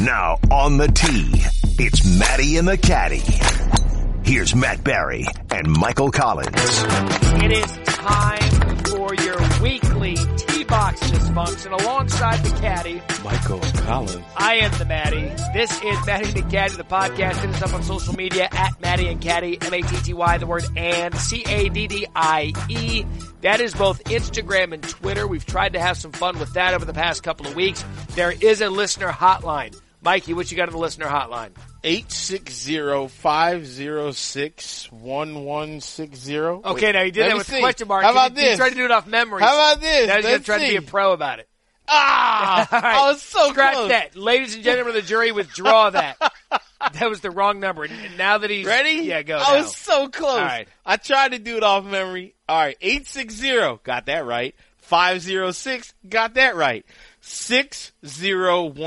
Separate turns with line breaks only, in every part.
Now on the tee, it's Maddie and the Caddy. Here's Matt Barry and Michael Collins.
It is time for your weekly T box dysfunction. Alongside the caddy,
Michael Collins.
I am the Maddie. This is Maddie the Caddy, the podcast. Hit us up on social media at Maddie and Caddy, M A T T Y, the word and C A D D I E. That is both Instagram and Twitter. We've tried to have some fun with that over the past couple of weeks. There is a listener hotline. Mikey, what you got on the listener hotline?
860-506-1160.
Okay,
Wait,
now you did
let
that
me
with
see.
question mark.
How
You-
about
You
this?
tried to do it off memory.
How about this?
Now you're
Let's
trying to be
see.
a pro about it.
ah!
All right.
I was so
Scratch
close.
that. Ladies and gentlemen of the jury, withdraw that. that was the wrong number. And now that he's
Ready?
Yeah, go.
I
now.
was so close.
All right.
I tried to do it off memory. All right. 860. Got that right. 506. Got that right. 6012.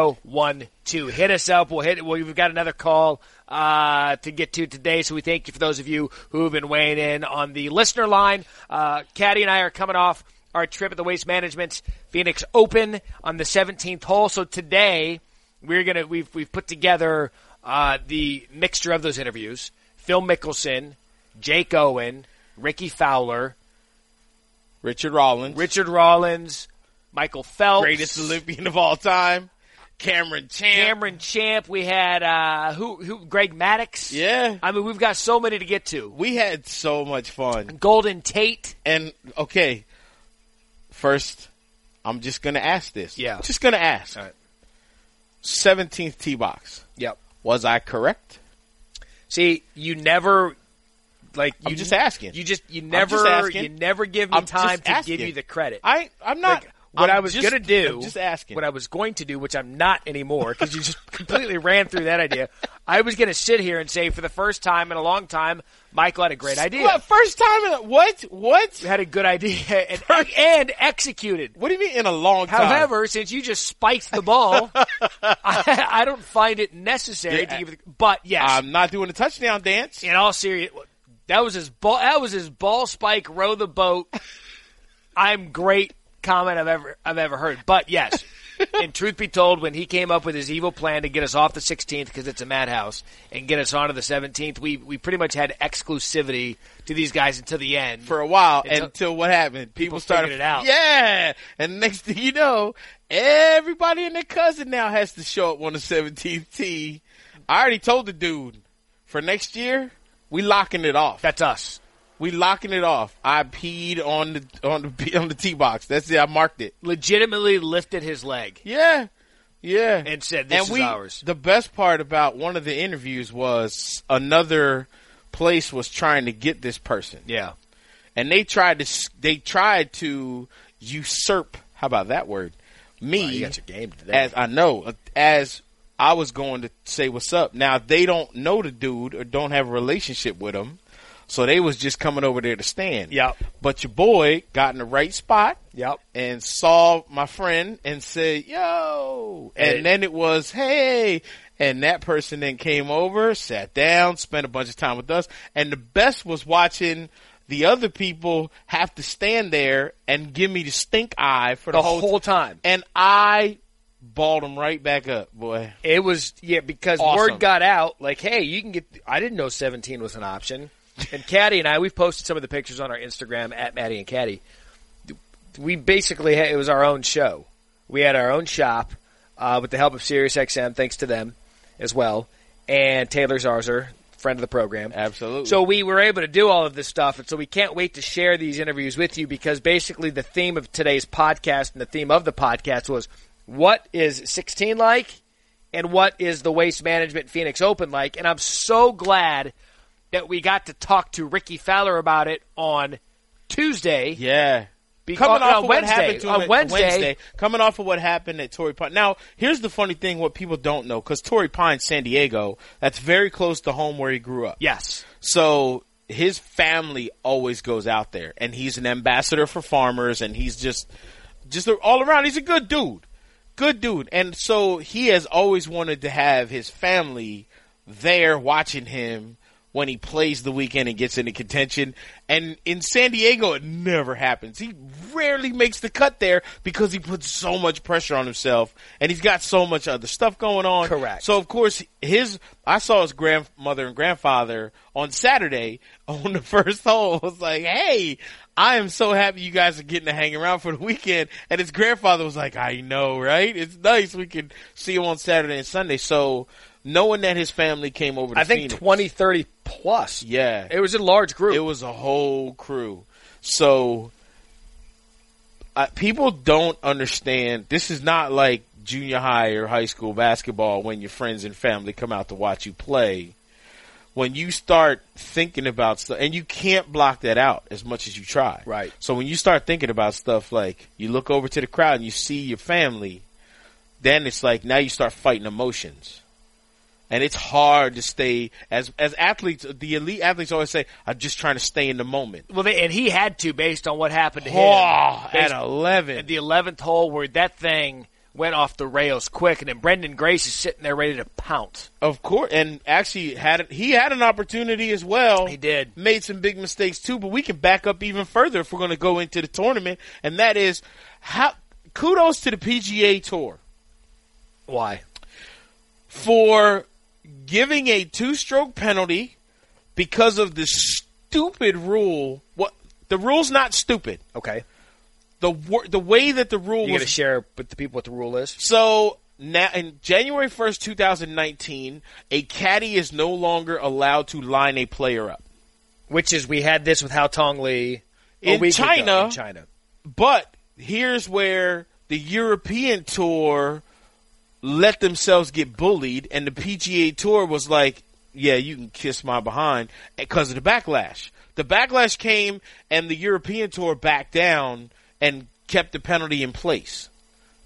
6012. Hit us up. We'll hit well, we've got another call uh, to get to today, so we thank you for those of you who have been weighing in on the listener line. Uh, Caddy and I are coming off our trip at the Waste Management Phoenix Open on the 17th hole. So today we're gonna we've we've put together uh, the mixture of those interviews. Phil Mickelson, Jake Owen, Ricky Fowler,
Richard Rollins.
Richard Rollins, Michael Phelps,
Greatest Olympian of all time. Cameron Champ.
Cameron Champ. We had uh, who? Who? Greg Maddox.
Yeah.
I mean, we've got so many to get to.
We had so much fun.
Golden Tate.
And okay, first, I'm just gonna ask this.
Yeah.
just gonna ask.
All right.
Seventeenth tee box.
Yep.
Was I correct?
See, you never like you
I'm just asking.
You just you never
just asking.
you never give me
I'm just
time to
asking.
give you the credit.
I I'm not.
Like, what
I'm
I was
just-
gonna do,
I'm just asking.
What I was going to do, which I'm not anymore, because you just completely ran through that idea. I was gonna sit here and say, for the first time in a long time, Michael had a great idea.
What, first time in a, what? What?
Had a good idea and, and executed.
What do you mean in a long time?
However, since you just spiked the ball, I, I don't find it necessary
Yeah.
to give. The, but yes,
I'm not doing a touchdown dance.
in all serious, that was his ball. That was his ball spike. Row the boat. I'm great comment I've ever I've ever heard. But yes, and truth be told, when he came up with his evil plan to get us off the 16th because it's a madhouse and get us onto the 17th, we we pretty much had exclusivity to these guys until the end.
For a while
Until-
until, what happened? People, started
figured it out.
Yeah, and next thing you know, everybody and their cousin now has to show up on the 17th tee. I already told the dude for next year we locking it off.
That's us.
We locking it off. I peed on the on the on the tee box. That's it. I marked it.
Legitimately lifted his leg.
Yeah, yeah.
And said, "This
and
is
we,
ours."
The best part about one of the interviews was another place was trying to get this person.
Yeah.
and they tried to s- they tried to usurp how about that word me
Oh, you got your game today.
as I know as I was going to say what's up now they don't know the dude or don't have a relationship with him so they was just coming over there to stand
Yep.
but your boy got in the right spot
Yep.
and saw my friend and said yo and
Hey.
then it was hey and that person then came over sat down spent a bunch of time with us and the best was watching the other people have to stand there and give me the stink eye for the,
The whole time.
and i balled them right back up boy
It was yeah because
Awesome.
word got out oh, like hey you can get I didn't know 17 was an option and Caddy and I we've posted some of the pictures on our Instagram at Maddie and Caddy we basically had, it was our own show we had our own shop uh, with the help of SiriusXM thanks to them as well and Taylor Zarzer friend of the program
Absolutely.
so we were able to do all of this stuff and so we can't wait to share these interviews with you because basically the theme of today's podcast and the theme of the podcast was what is 16 like and what is the Waste Management Phoenix Open like. And I'm so glad that we got to talk to Ricky Fowler about it on Tuesday.
yeah
Beca-
coming
uh, no,
off of what
Wednesday.
happened to him
On
at-
Wednesday.
coming off of what happened at Torrey Pine. Now, here's the funny thing: what people don't know, because Torrey Pine, San Diego, that's very close to home where he grew up.
Yes.
So his family always goes out there, and he's an ambassador for farmers, and he's just, just all around. He's a good dude, good dude, and so he has always wanted to have his family there watching him when he plays the weekend and gets into contention. And in San Diego, it never happens. He rarely makes the cut there because he puts so much pressure on himself and he's got so much other stuff going on.
Correct.
So of course his, I saw his grandmother and grandfather on Saturday on the first hole. I was like, Hey, I am so happy you guys are getting to hang around for the weekend. And his grandfather was like, I know, right? It's nice. We can see him on Saturday and Sunday. So knowing that his family came over to
I think
Phoenix-
twenty, thirty plus.
Yeah.
It was a large group.
It was a whole crew. So uh, people don't understand. This is not like junior high or high school basketball when your friends and family come out to watch you play. When you start thinking about stuff, and you can't block that out as much as you try.
Right.
So when you start thinking about stuff like you look over to the crowd and you see your family, then it's like now you start fighting emotions and it's hard to stay as as athletes. The elite athletes always say, "I'm just trying to stay in the moment."
well, they, and he had to based on what happened to him.
Oh, at
Based-
eleven,
at the eleventh hole where that thing went off the rails quick, and then Brendan Grace is sitting there ready to pounce.
of course, and actually had he had an opportunity as well.
He did.
made some big mistakes too, but we can back up even further if we're going to go into the tournament, and that is how kudos to the PGA Tour
Why?
for giving a two-stroke penalty because of the stupid rule. What the rule's not stupid.
Okay,
The wor- the way that the rule
you got
was
to share with the people what the rule is.
So now, in January first, two thousand nineteen, a caddy is no longer allowed to line a player up.
Which is, we had this with Hao Tong Lee a
In
week ago
China-
in China,
But here's where the European tour let themselves get bullied, and the PGA tour was like, "Yeah, you can kiss my behind," because of the backlash. The backlash came, and the European tour backed down and kept the penalty in place.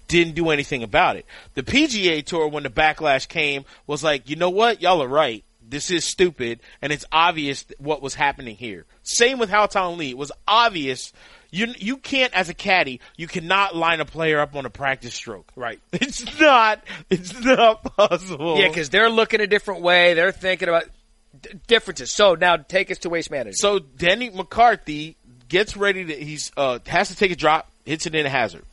didn't do anything about it. The PGA Tour, when the backlash came, was like, you know what? Y'all are right. This is stupid, and it's obvious th- what was happening here. Same with Halton Lee. It was obvious. You you can't, as a caddy, you cannot line a player up on a practice stroke.
right?
It's not. It's not possible.
Yeah, because they're looking a different way. They're thinking about d- differences. So now take us to waste management.
So Danny McCarthy gets ready to he's uh has to take a drop, hits it in a hazard.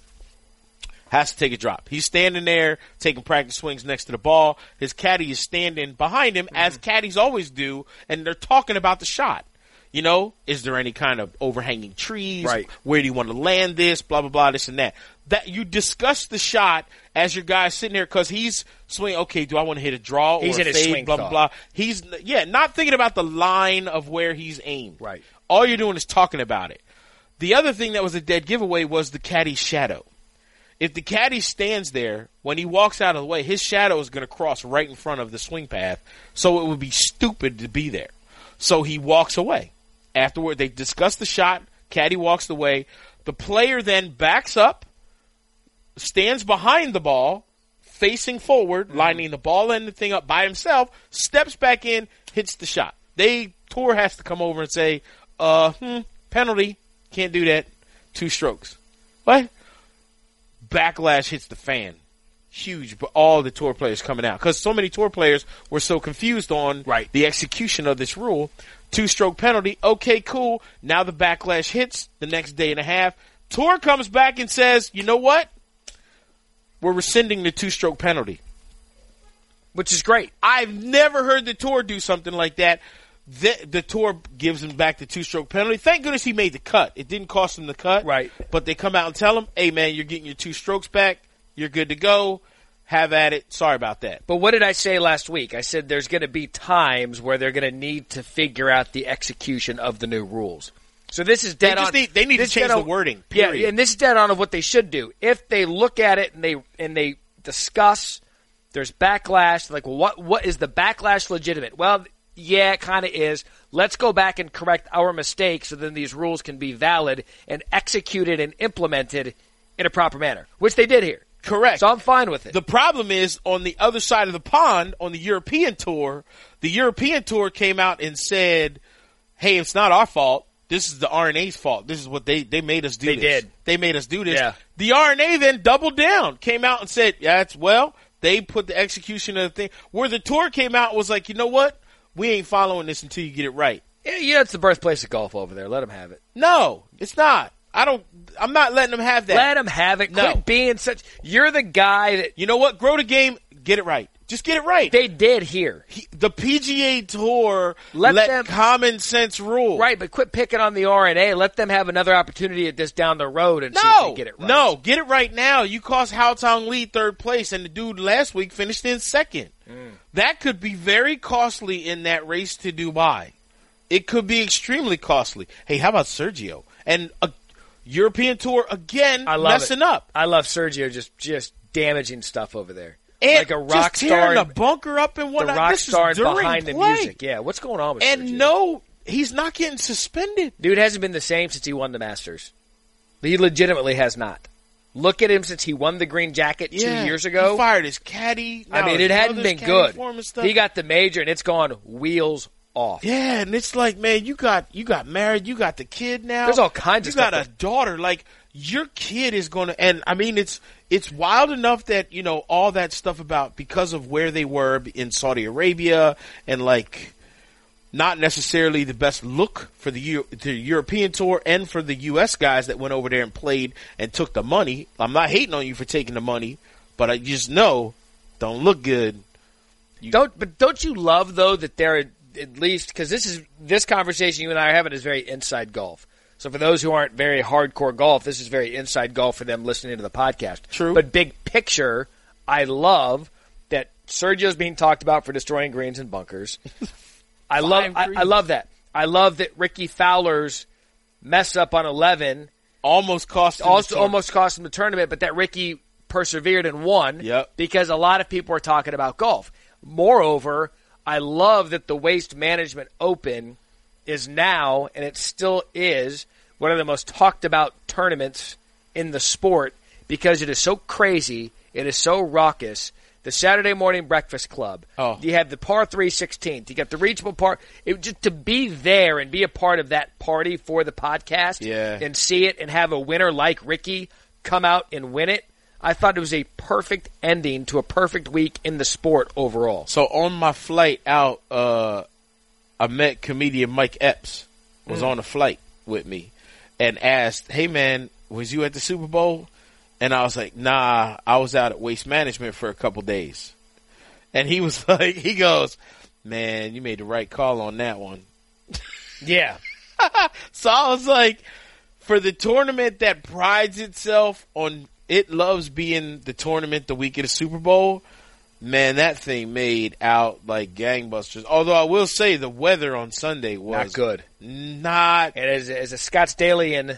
Has to take a drop. He's standing there taking practice swings next to the ball. His caddy is standing behind him
Mm-hmm.
as caddies always do, and they're talking about the shot. You know, is there any kind of overhanging trees?
Right.
Where do you want to land this? Blah blah blah. This and that. That you discuss the shot as your guy's sitting there because he's swinging. Okay, do I want to hit a draw
He's
or
in
a
his
fade?
swing
blah blah
thought.
blah. He's yeah, not thinking about the line of where he's aimed.
Right.
All you're doing is talking about it. The other thing that was a dead giveaway was the caddy's shadow. If the caddy stands there when he walks out of the way, his shadow is going to cross right in front of the swing path, so it would be stupid to be there. So he walks away. Afterward, they discuss the shot. Caddy walks away. The player then backs up, stands behind the ball, facing forward, lining the ball and the thing up by himself, steps back in, hits the shot. They tour has to come over and say, uh, hmm, penalty, can't do that. Two strokes. What? Backlash hits the fan. Huge, but all the tour players coming out because so many tour players were so confused on
Right.
the execution of this rule. Two stroke penalty. Okay, cool. Now the backlash hits the next day and a half. Tour comes back and says, you know what? We're rescinding the two stroke penalty.
which is great.
I've never heard the tour do something like that. The, the tour gives him back the two stroke penalty. Thank goodness he made the cut. It didn't cost him the cut.
Right.
But they come out and tell him, hey, man, you're getting your two strokes back. You're good to go. Have at it. Sorry about that.
But what did I say last week? I said there's going to be times where they're going to need to figure out the execution of the new rules. So this is dead
just
on.
need- they need to
this is
change
dead on-
the wording,
Yeah,
period.
and this is dead on of what they should do. If they look at it and they and they discuss, there's backlash. Like what what is the backlash legitimate? Well, yeah, it kind of is. Let's go back and correct our mistakes, so then these rules can be valid and executed and implemented in a proper manner, which they did here.
Correct.
So I'm fine with it.
The problem is on the other side of the pond on the European tour. The European tour came out and said, "Hey, it's not our fault. This is the RNA's fault. This is what they they made us do.
They
this.
did.
They made us do this."
Yeah.
The RNA then doubled down, came out and said, "Yeah, it's well." They put the execution of the thing where the tour came out and was like, "You know what? we ain't following this until you get it right.
Yeah, yeah, it's the birthplace of golf over there. Let them have it.
No, it's not. I don't. I'm not letting them have that.
Let them have it.
No.
Quit being such. You're the guy that
you know what? Grow the game. Get it right. Just get it right.
they did here,
He- the PGA Tour
Let
let,
them-
common sense rule.
right? But quit picking on the RNA. Let them have another opportunity at this down the road and see if
No,
they get it right.
no, get it right now. You cost Howtown Lee third place, and the dude last week finished in second.
Mm.
That could be very costly in that race to Dubai. It could be extremely costly. Hey, how about Sergio and a European Tour again
I love
messing
it.
up
I love Sergio just just damaging stuff over there,
and
like a rock
just tearing
star.
the bunker up and
the
whatnot.
rock
this is
star
during
behind the
play.
music. Yeah, what's going on with
and
Sergio?
no, he's not getting suspended.
Dude hasn't been the same since he won the Masters. He legitimately has not. Look at him since he won the green jacket
Yeah,
two years
he
ago.
fired his caddy.
I
Now
mean,
his
it hadn't
brother's
been
caddy
good.
for him and stuff.
He got the major, and it's gone wheels off.
Yeah, and it's like, man, you got you got married, you got the kid now.
There's all kinds
You
of
got
stuff
a daughter. Like your kid is going to, and I mean, it's it's wild enough that you know all that stuff about because of where they were in Saudi Arabia and like not necessarily the best look for the Eu- the European tour and for the U.S. guys that went over there and played and took the money. I'm not hating on you for taking the money, but I just know don't look good.
Don't, but don't you love though that they're at least because this is this conversation you and I are having is very inside golf. So for those who aren't very hardcore golf, this is very inside golf for them listening to the podcast.
True.
but big picture, I love that Sergio's being talked about for destroying greens and bunkers. I love, I, I
greens.
love that. I love that Ricky Fowler's mess up on eleven
Almost cost him the
also
tour.
almost cost him the tournament, but that Ricky persevered and won.
Yep.
Because a lot of people are talking about golf. Moreover, I love that the Waste Management Open is now, and it still is, one of the most talked about tournaments in the sport because it is so crazy, it is so raucous. The Saturday morning breakfast club.
Oh.
You have the par three 16th. You got the reachable par. It, just to be there and be a part of that party for the podcast
Yeah.
and see it and have a winner like Ricky come out and win it. I thought it was a perfect ending to a perfect week in the sport overall.
So Oh, on my flight out, uh, I met comedian Mike Epps was on the flight with me and asked, "Hey man, was you at the Super Bowl?" And I was like, "Nah, I was out at Waste Management for a couple days." And he was like, he goes, "Man, you made the right call on that one."
Yeah.
So I was like, for the tournament that prides itself on it loves being the tournament the week of the Super Bowl, man, that thing made out like gangbusters. Although I will say the weather on Sunday was
Not good.
Not
And as, as a Scottsdalean,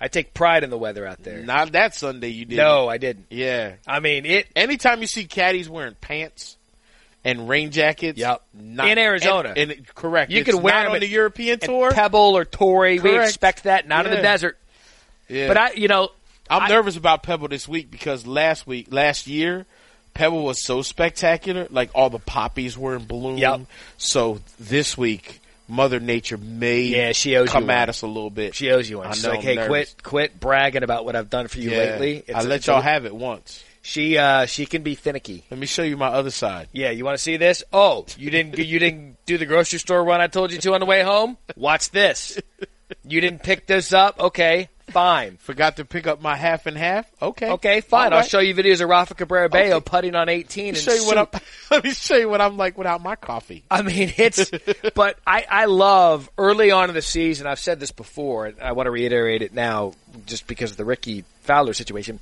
I take pride in the weather out there.
not that Sunday you did.
No, I didn't.
Yeah.
I mean, it.
Anytime you see caddies wearing pants and rain jackets,
Yep.
not-
In Arizona.
and, and- correct.
You
It's
could wear
not
them
on
at-
the European
at
tour.
Pebble or Torrey, we
Correct.
expect that, not in the
Yeah.
desert.
Yeah.
But I, you know,
I'm
I-
nervous about Pebble this week because last week, last year, Pebble was so spectacular. Like all the poppies were in bloom.
Yep.
So this week, Mother Nature may
Yeah, she owes you
come
one.
at us a little bit.
she owes you one.
I
She's
know,
like,
I'm
hey,
nervous.
quit, quit bragging about what I've done for you
Yeah.
lately.
I
It's-
let
it's a-
y'all have it once.
She, uh, she can be finicky.
Let me show you my other side.
Yeah, you want to see this? Oh, you didn't you didn't do the grocery store run I told you to on the way home? Watch this. You didn't pick this up? Okay, fine.
Forgot to pick up my half and half. Okay.
Okay, fine.
All
I'll
right.
show you videos of Rafa Cabrera Bayo
Okay.
putting on 18 and
Let me show you what
soup.
I'm. Let me show you what I'm like without my coffee.
I mean, it's but I I love early on in the season. I've said this before, and I want to reiterate it now, just because of the Ricky Fowler situation.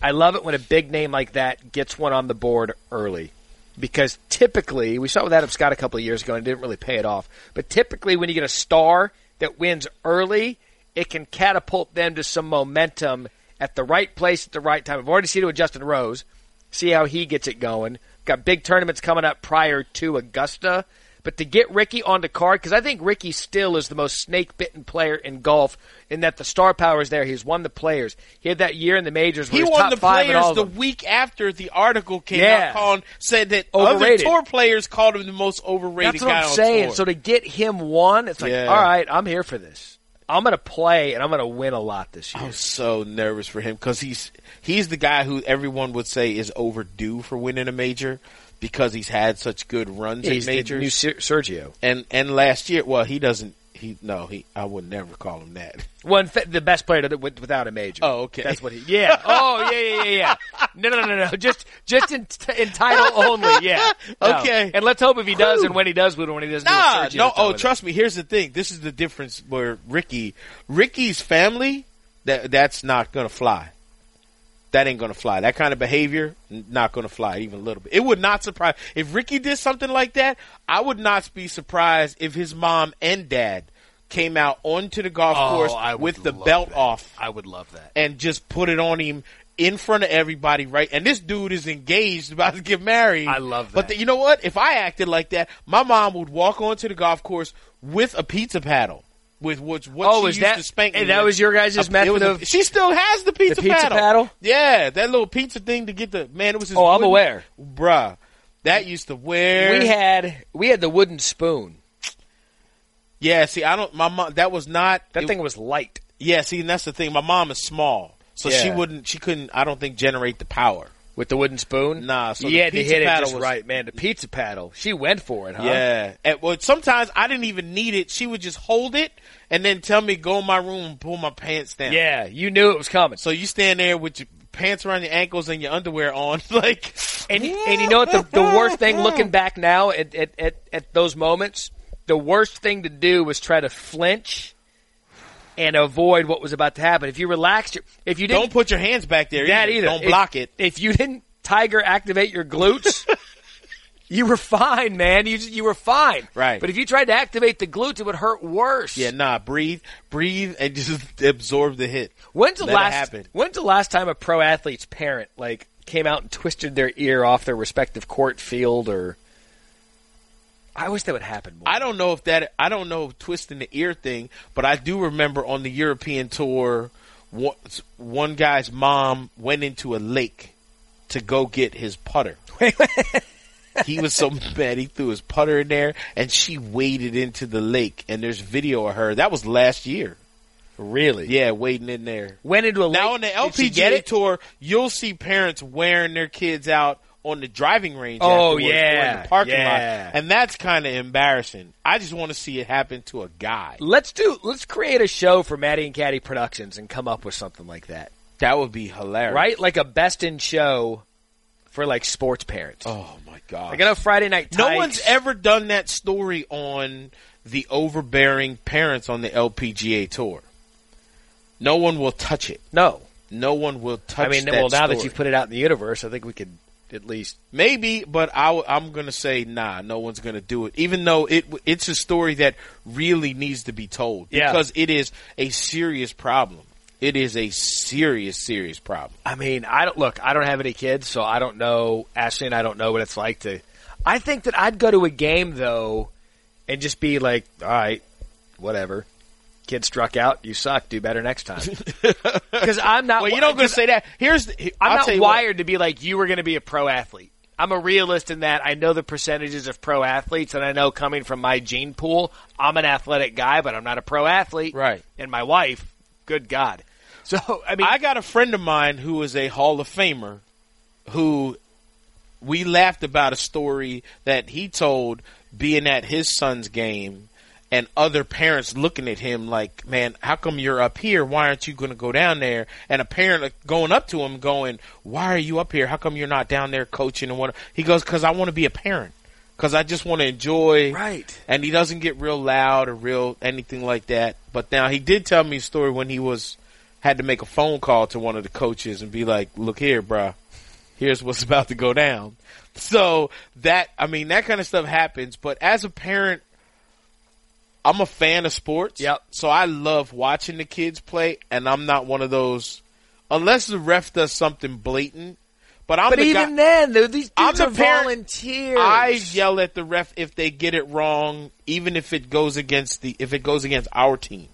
I love it when a big name like that gets one on the board early, because typically we saw it with Adam Scott a couple of years ago and it didn't really pay it off. But typically, when you get a star that wins early, it can catapult them to some momentum at the right place at the right time. I've already seen it with Justin Rose see how he gets it going. Got big tournaments coming up prior to Augusta. But to get Ricky on the card, because I think Ricky still is the most snake bitten player in golf, in that the star power is there. He's won the players. He had that year in the majors where
He
was
won
top
the
five in
players
all of
the
them.
week after the article came
Yeah.
out, calling, said that
Overrated.
other tour players called him the most overrated
That's what
guy
I'm
on
saying.
tour.
So to get him one, it's like,
Yeah.
all right, I'm here for this. I'm going to play and I'm going to win a lot this year.
I'm so nervous for him because he's he's the guy who everyone would say is overdue for winning a major, because he's had such good runs
He's
in
the
majors.
new Ser- Sergio.
and and last year, well, he doesn't. He no, he. I would never call him that.
One the best player to, with- without a major.
Oh, okay.
That's what he. Yeah. Oh, yeah, yeah, yeah, yeah. No, no, no, no. Just, just in, in title only. Yeah. No.
Okay.
And let's hope if he does, and when he does, when he doesn't. do a
Nah,
Sergio
no.
to throw
Oh,
in it.
trust me. Here's the thing. This is the difference where Ricky, Ricky's family, that that's not gonna fly. That ain't gonna fly. That kind of behavior, n- not gonna fly even a little bit. It would not surprise if Ricky did something like that. I would not be surprised if his mom and dad came out onto the golf
Oh, I
course
would
with the
love
belt
that.
off
I would love that.
and just put it on him in front of everybody, right? And this dude is engaged, about to get married.
I love
But
that.
you know what? If I acted like that, my mom would walk onto the golf course with a pizza paddle. With which, what
Oh,
she
is
used
that-
to spank me
and that
with.
was your guys'
A- it
method
was a-
of-
she still has the pizza,
pizza
paddle.
paddle?
Yeah, that little pizza thing to get the man. It was. His
Oh, I'm
wooden-
aware.
bruh. That used to wear.
We had we had the wooden spoon.
yeah. See, I don't. My mom. That was not.
That
it-
thing was light.
Yeah. See, and that's the thing. My mom is small, so she
Yeah.
wouldn't. She couldn't. I don't think generate the power.
With the wooden spoon?
Nah, so
you
the
had to
pizza
hit it
paddle
just
was-
right, man. The pizza paddle. She went for it, huh?
Yeah. And, well, sometimes I didn't even need it. She would just hold it and then tell me go in my room and pull my pants down.
Yeah, you knew it was coming.
So you stand there with your pants around your ankles and your underwear on, like.
And, and you know what? The, the worst thing looking back now at, at, at, at those moments, the worst thing to do was try to flinch and avoid what was about to happen. If you relaxed, your, if you didn't
Don't put your hands back there.
that either,
Don't
If-
block it.
If you didn't tiger activate your glutes, you were fine, man. You you were fine.
Right.
But if you tried to activate the glutes, it would hurt worse.
Yeah, nah. Breathe, breathe, and just absorb the hit.
When's the
Let it
last?
happen.
When's the last time a pro athlete's parent like came out and twisted their ear off their respective court field or? I wish that would happen more.
I don't know if that I don't know if twisting the ear thing, but I do remember on the European tour, one, one guy's mom went into a lake to go get his putter. he was so mad he threw his putter in there, and she waded into the lake. And there's video of her. That was last year.
really.
Yeah, wading in there.
Went into a
Now
lake-
on the
did she get
LPGA
it?
tour, you'll see parents wearing their kids out on the driving range.
Oh,
afterwards or in
yeah,
the parking
yeah.
lot, and that's kind of embarrassing. I just want to see it happen to a guy.
Let's do. Let's create a show for Maddie and Caddy Productions and come up with something like that,
That would be hilarious,
right? Like a best in show for like sports parents.
Oh my god!
Like I know Friday night.
no
Tykes-
one's ever done that story on the overbearing parents on the LPGA tour. No one will touch it.
No,
No one will touch.
I mean,
that
well, now that
story.
you've put it out in the universe, I think we could at least.
Maybe, but I, am going to say nah. No one's going to do it, even though it it's a story that really needs to be told
Yeah.
because it is a serious problem. It is a serious, serious problem.
I mean, I don't look. I don't have any kids, so I don't know. Ashley and I don't know what it's like to. I think that I'd go to a game though, and just be like, "All right, whatever." Kid struck out. You suck. Do better next time. Because I'm not.
Well, you don't going to say that. Here's the,
I'm
I'll tell
not
you what.
wired to be like you were going to be a pro athlete. I'm a realist in that I know the percentages of pro athletes, and I know coming from my gene pool, I'm an athletic guy, but I'm not a pro athlete.
Right.
And my wife, good God. So I mean,
I got a friend of mine who is a Hall of Famer who we laughed about a story that he told being at his son's game and other parents looking at him like, man, how come you're up here? Why aren't you going to go down there? And a parent like, going up to him going, why are you up here? How come you're not down there coaching? And what he goes, cause I want to be a parent. Cause I just want to enjoy
Right.
and he doesn't get real loud or real anything like that. But now he did tell me a story when he was had to make a phone call to one of the coaches and be like, "Look here, bruh, here's what's about to go down." So that I mean that kind of stuff happens. But as a parent, I'm a fan of sports.
Yep.
So I love watching the kids play, and I'm not one of those unless the ref does something blatant. But I'm
but
the guy-
even then, though, these
I'm
dudes
the
are
parent-
volunteers.
I yell at the ref if they get it wrong, even if it goes against the if it goes against our team.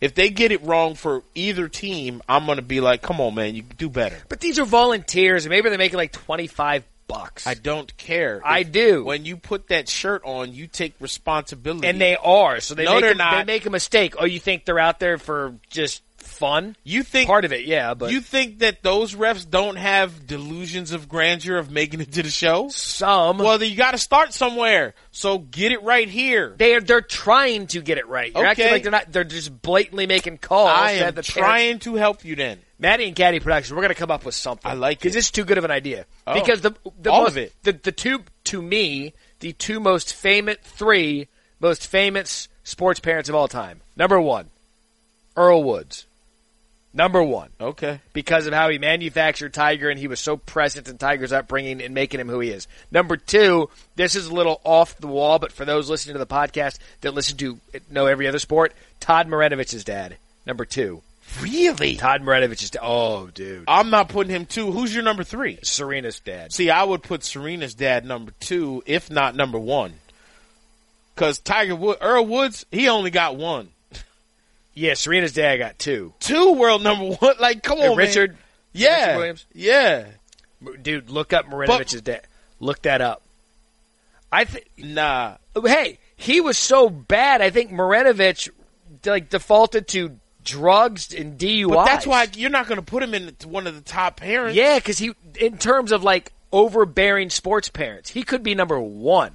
If they get it wrong for either team, I'm gonna be like, "Come on, man, you can do better."
but these are volunteers, and maybe they're making like twenty five bucks.
I don't care.
I
If-
do.
When you put that shirt on, you take responsibility.
and they are. So they
No,
make
they're
a,
not.
They make a mistake. Oh, you think they're out there for just fun.
You think
Part of it, yeah, but
you think that those refs don't have delusions of grandeur of making it to the show?
some
Well, then you got to start somewhere. So get it right here.
they're they're trying to get it right. You're acting
Okay.
like they're not. They're just blatantly making calls.
I am
that the parents-
trying to help you. Then
Maddie and Caddy Productions, we're going to come up with something.
I like
because
it.
it's too good of an idea.
Oh.
Because the the
All
most,
of it.
the the two to me the two most famous three most famous sports parents of all time. Number one, Earl Woods. Number one,
okay.
because of how he manufactured Tiger and he was so present in Tiger's upbringing and making him who he is. Number two, this is a little off the wall, but for those listening to the podcast that listen to know every other sport, Todd Marinovich's dad. Number two.
Really?
Todd Maranovich is oh dude,
I'm not putting him two. Who's your number three?
Serena's dad.
See, I would put Serena's dad number two, if not number one. Because Tiger Wood, Earl Woods, he only got one,
Yeah, Serena's dad got two.
two world number one. Like, come
And
on, man.
Richard,
yeah,
Richard Williams?
yeah.
M- dude, look up Marinovich's dad. Look that up. I think.
Nah,
Hey, he was so bad. I think Marinovich like defaulted to drugs and DUIs.
but that's why you're not going to put him in one of the top parents.
Yeah, because he, in terms of like overbearing sports parents, he could be number one.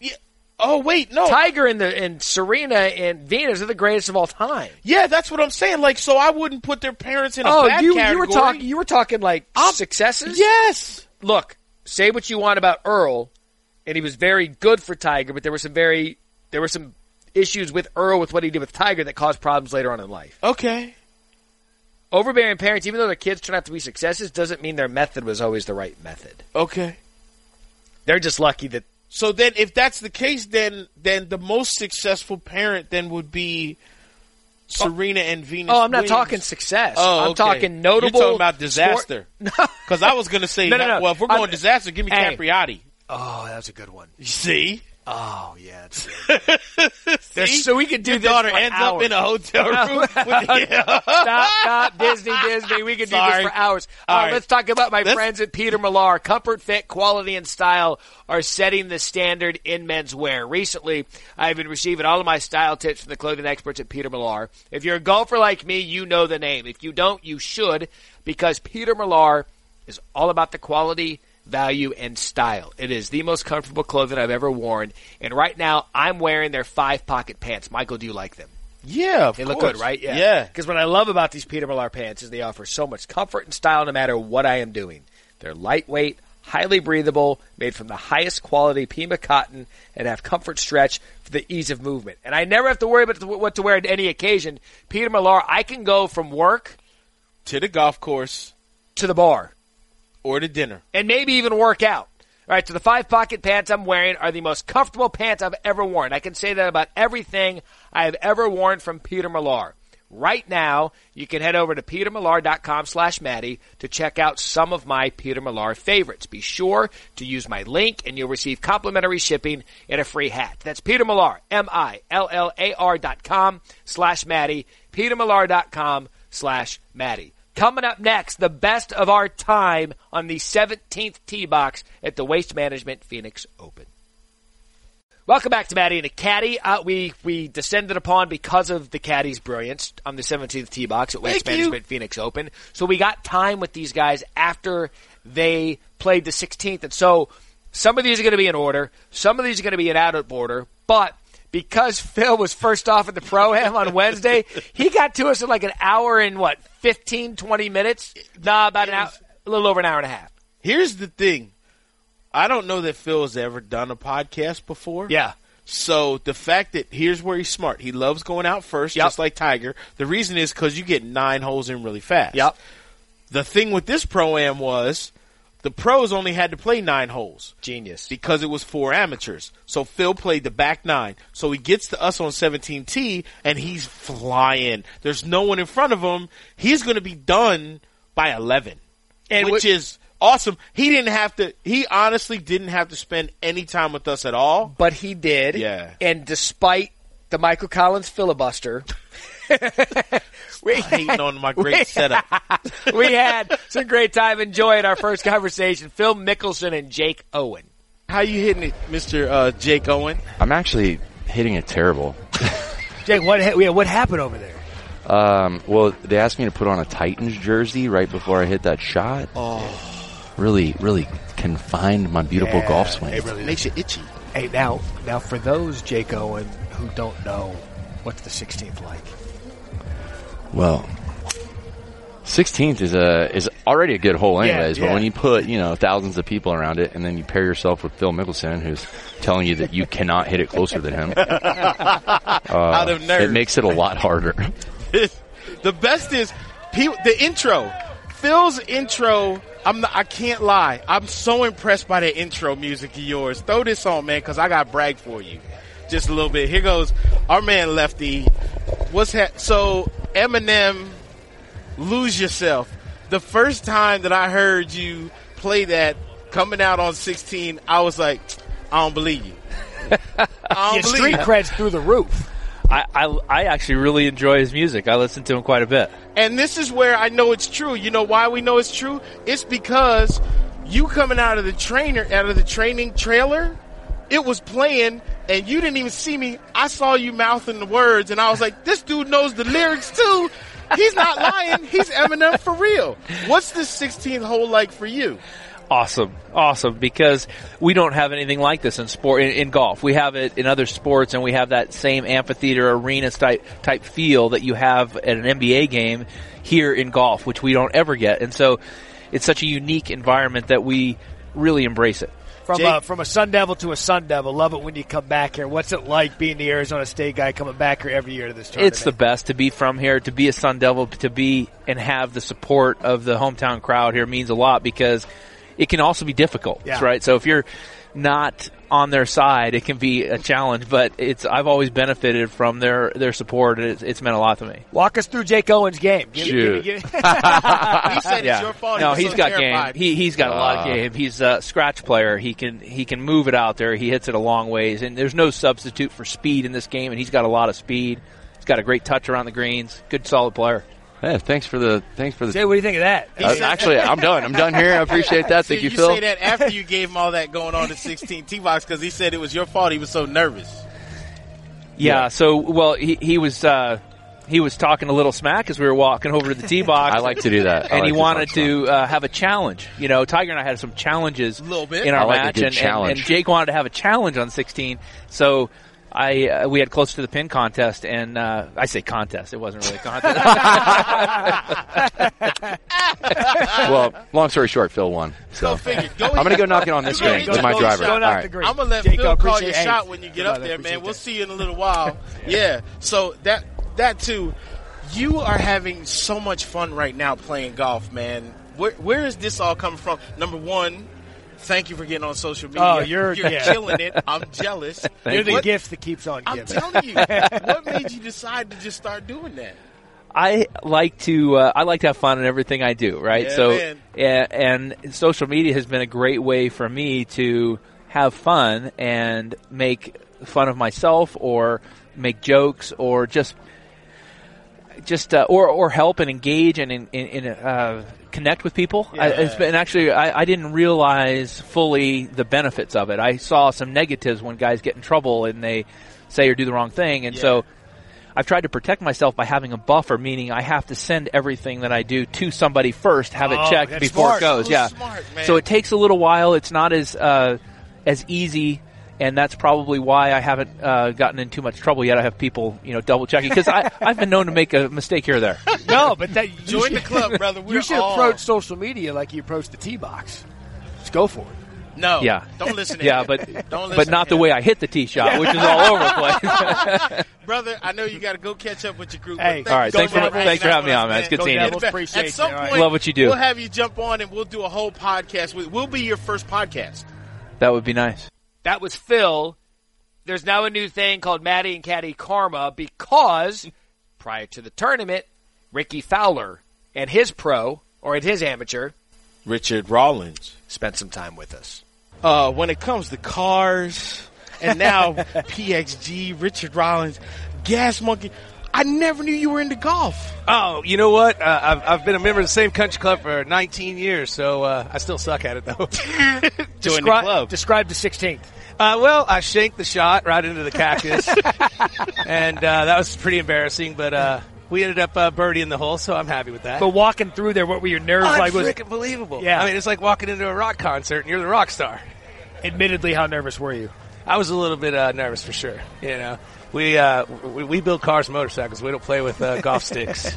Yeah. Oh wait, no.
Tiger and the and Serena and Venus are the greatest of all time.
yeah, that's what I'm saying. Like, so I wouldn't put their parents in a
Oh,
bad
you
category.
you were talking you were talking like
I'm-
successes.
Yes.
look, say what you want about Earl, and he was very good for Tiger, but there were some very there were some issues with Earl with what he did with Tiger that caused problems later on in life.
Okay.
Overbearing parents, even though their kids turn out to be successes, doesn't mean their method was always the right method.
Okay.
They're just lucky that
So then, if that's the case, then then the most successful parent then would be Serena and Venus.
Oh, I'm not
Williams.
talking success.
Oh,
I'm
okay.
talking notable
You're talking about
sport-
disaster. Because I was going to say,
No, no, no.
well, if we're
I'm-
going disaster, give me
Hey.
Capriati.
Oh, that's a good one.
You see,
Oh, yeah. That's good. There's-
See?
so we could do
your
this
daughter
for
ends
hours.
up in a hotel room. with the,
stop, stop, Disney, Disney. We could do this
Sorry.
for hours. All
All
right,
right.
let's talk about my
Let's-
friends at Peter Millar. Comfort, fit, quality, and style are setting the standard in menswear. Recently, I've been receiving all of my style tips from the clothing experts at Peter Millar. If you're a golfer like me, you know the name. If you don't, you should, because Peter Millar is all about the quality, value, and style. It is the most comfortable clothing I've ever worn, and right now I'm wearing their five pocket pants. Michael, do you like them?
yeah, of
They look
course.
good, right?
yeah.
Because what I love about these Peter Millar pants is they offer so much comfort and style no matter what I am doing. They're lightweight, highly breathable, made from the highest quality Pima cotton, and have comfort stretch for the ease of movement. And I never have to worry about what to wear at any occasion. Peter Millar, I can go from work
To the golf course
to the bar
or to dinner.
and maybe even work out. All right, so the five pocket pants I'm wearing are the most comfortable pants I've ever worn. I can say that about everything I have ever worn from Peter Millar. Right now, you can head over to petermillar.com slash Maddie to check out some of my Peter Millar favorites. Be sure to use my link and you'll receive complimentary shipping and a free hat. That's Peter Millar, M-I-L-L-A-R dot com slash Maddie, petermillar.com slash Maddie. Coming up next, the best of our time on the 17th tee box at the Waste Management Phoenix Open. Welcome back to Maddie and a Caddy. Uh, we we descended upon because of the Caddy's brilliance on the 17th tee box at Waste
Thank you.
Management Phoenix Open. So we got time with these guys after they played the 16th, and so some of these are going to be in order, some of these are going to be in out of order, but. Because Phil was first off at the pro am on Wednesday, he got to us in like an hour and what, 15, 20 minutes? Nah, about an hour, a little over an hour and a half.
Here's the thing. I don't know that Phil has ever done a podcast before.
Yeah.
So the fact that here's where he's smart. He loves going out first,
Yep.
just like Tiger. The reason is because you get nine holes in really fast.
Yep.
The thing with this pro am was the pros only had to play nine holes
Genius.
because it was four amateurs. So Phil played the back nine. So he gets to us on 17T and he's flying. There's no one in front of him. He's going to be done by 11,
And
which
what-
is awesome. He didn't have to, he honestly didn't have to spend any time with us at all.
but he did.
Yeah.
And despite the Michael Collins filibuster, we,
Hating on my great setup.
we had some great time enjoying our first conversation. Phil Mickelson and Jake Owen.
How you hitting it, Mr. Uh, Jake Owen?
I'm actually hitting it terrible.
Jake, what ha- yeah, what happened over there?
Um, well, they asked me to put on a Titans jersey right before I hit that shot. Oh, really, really confined my beautiful golf swing.
makes you itchy.
Hey, now, now for those Jake Owen who don't know, what's the 16th like?
Well, sixteenth is a is already a good hole,
Yeah,
anyways. But when
yeah.
you put you know thousands of people around it, and then you pair yourself with Phil Mickelson, who's telling you that you cannot hit it closer than him, Uh,
Out of nerves.
it makes it a lot harder.
the best is he, the intro. Phil's intro. I'm not, I can't lie. I'm so impressed by the intro music of yours. Throw this on, man, because I got brag for you. Just a little bit. Here goes our man Lefty. What's that? So Eminem, lose yourself. The first time that I heard you play that coming out on 16, I was like, I don't believe you. I don't
Your
believe
street
you.
cred's through the roof.
I, I, I actually really enjoy his music. I listen to him quite a bit.
And this is where I know it's true. You know why we know it's true? It's because you coming out of the trainer, out of the training trailer, it was playing and you didn't even see me. I saw you mouthing the words and I was like, this dude knows the lyrics too. He's not lying. He's Eminem for real. What's this 16th hole like for you?
Awesome, awesome. Because we don't have anything like this in sport in, in golf. We have it in other sports, and we have that same amphitheater arena type type feel that you have at an NBA game here in golf, which we don't ever get. And so, it's such a unique environment that we really embrace it.
From
Jake-
a, from a Sun Devil to a Sun Devil, love it when you come back here. What's it like being the Arizona State guy coming back here every year to this tournament?
It's the best to be from here, to be a Sun Devil, to be and have the support of the hometown crowd here means a lot because it can also be difficult,
Yeah.
right? So if you're not on their side, it can be a challenge. But it's I've always benefited from their their support. and It's, it's meant a lot to me.
Walk us through Jake Owen's game. Give- give-
Shoot.
give-
He said it's your fault.
no,
was
he's
so
got
terrified.
game. He he's got a lot of
Ah.
game. He's a scratch player. He can he can move it out there. He hits it a long ways, and there's no substitute for speed in this game. And he's got a lot of speed. He's got a great touch around the greens. Good solid player.
yeah, thanks for the thanks for the.
Jay, what do you think of that?
Uh, actually, I'm done. I'm done here. I appreciate that. Thank
See,
you,
you
Phil.
say that after you gave him all that going on at 16 T box because he said it was your fault. He was so nervous.
Yeah. So, well, he, he was uh, he was talking a little smack as we were walking over to the tee box.
I like to do that. I
and he
like
wanted
talk
to uh, have a challenge. You know, Tiger and I had some challenges
Little bit.
in our
I like a
match,
good
and, and,
challenge.
and Jake wanted to have a challenge on 16. So. I uh, we had close to the pin contest and uh, I say contest it wasn't really a contest
smack. Well, long story short, Phil won. So
Go figure. Go
I'm gonna go knock it on this
Go
green
ahead,
with my
go
driver.
shot.
All
Go knock the
right.
green.
I'm gonna let
Jake, I
Phil call
appreciate-
your
hey,
shot when you get
brother,
up there,
appreciate
man. We'll
that.
see you in a little while. yeah. So that that too, you are having so much fun right now playing golf, man. Where where is this all coming from? Number one, thank you for getting on social media.
Oh, you're-
you're
yeah.
killing it. I'm jealous.
You're the
What-
gift that keeps on
I'm
giving.
telling you, what made you decide to just start doing that?
I like to uh, I like to have fun in everything I do, right?
Yeah,
so
man.
a- and social media has been a great way for me to have fun and make fun of myself or make jokes or just just uh, or or help and engage and in, in, in, uh, connect with people. I, it's been actually I, I didn't realize fully the benefits of it. I saw some negatives when guys get in trouble and they say or do the wrong thing, and so I've tried to protect myself by having a buffer, meaning I have to send everything that I do to somebody first, have
Oh,
it checked
that's
before
smart.
it goes.
So
yeah,
smart, man.
so it takes a little while. It's not as uh, as easy. And that's probably why I haven't uh, gotten in too much trouble yet. I have people, you know, double checking because I've been known to make a mistake here or there.
no, but that you
Join the
should-
club, brother. We're
you should
all-
approach social media like you approach the tee box. Let's go for it.
No,
Yeah.
Don't listen. To
Yeah,
him.
but
don't listen
but not
to
the
him.
way I hit the tee shot, which is all over the place.
brother. I know you got to go catch up with your group.
Hey,
but
all
right,
you so
thanks for-
much
thanks for
hanging out
having me
with
on, man. It's
us,
good seeing you.
Get back.
Appreciate
At
you.
some
All right.
point,
Love what you do.
We'll have you jump on and we'll do a whole podcast. We- We'll be your first podcast.
that would be nice.
That was Phil. There's now a new thing called Maddie and Caddy Karma because prior to the tournament, Ricky Fowler and his pro or at his amateur
Richard Rollins.
spent some time with us.
Uh, when it comes to cars, and now PXG, Richard Rollins, Gas Monkey. I never knew you were into golf.
Oh, you know what? Uh, I've, I've been a member of the same country club for 19 years, so uh, I still suck at it though.
Join the
Descri-
club.
Describe the 16th.
Uh, well, I shanked the shot right into the cactus, and uh, that was pretty embarrassing. But uh, we ended up uh, birdieing the hole, so I'm happy with that.
But walking through there, what were your nerves like? Was-
freaking believable.
Yeah.
I mean, it's like walking into a rock concert and you're the rock star.
admittedly, how nervous were you?
I was a little bit uh, nervous for sure. You know, we, uh, we we build cars, and motorcycles. We don't play with uh, golf sticks.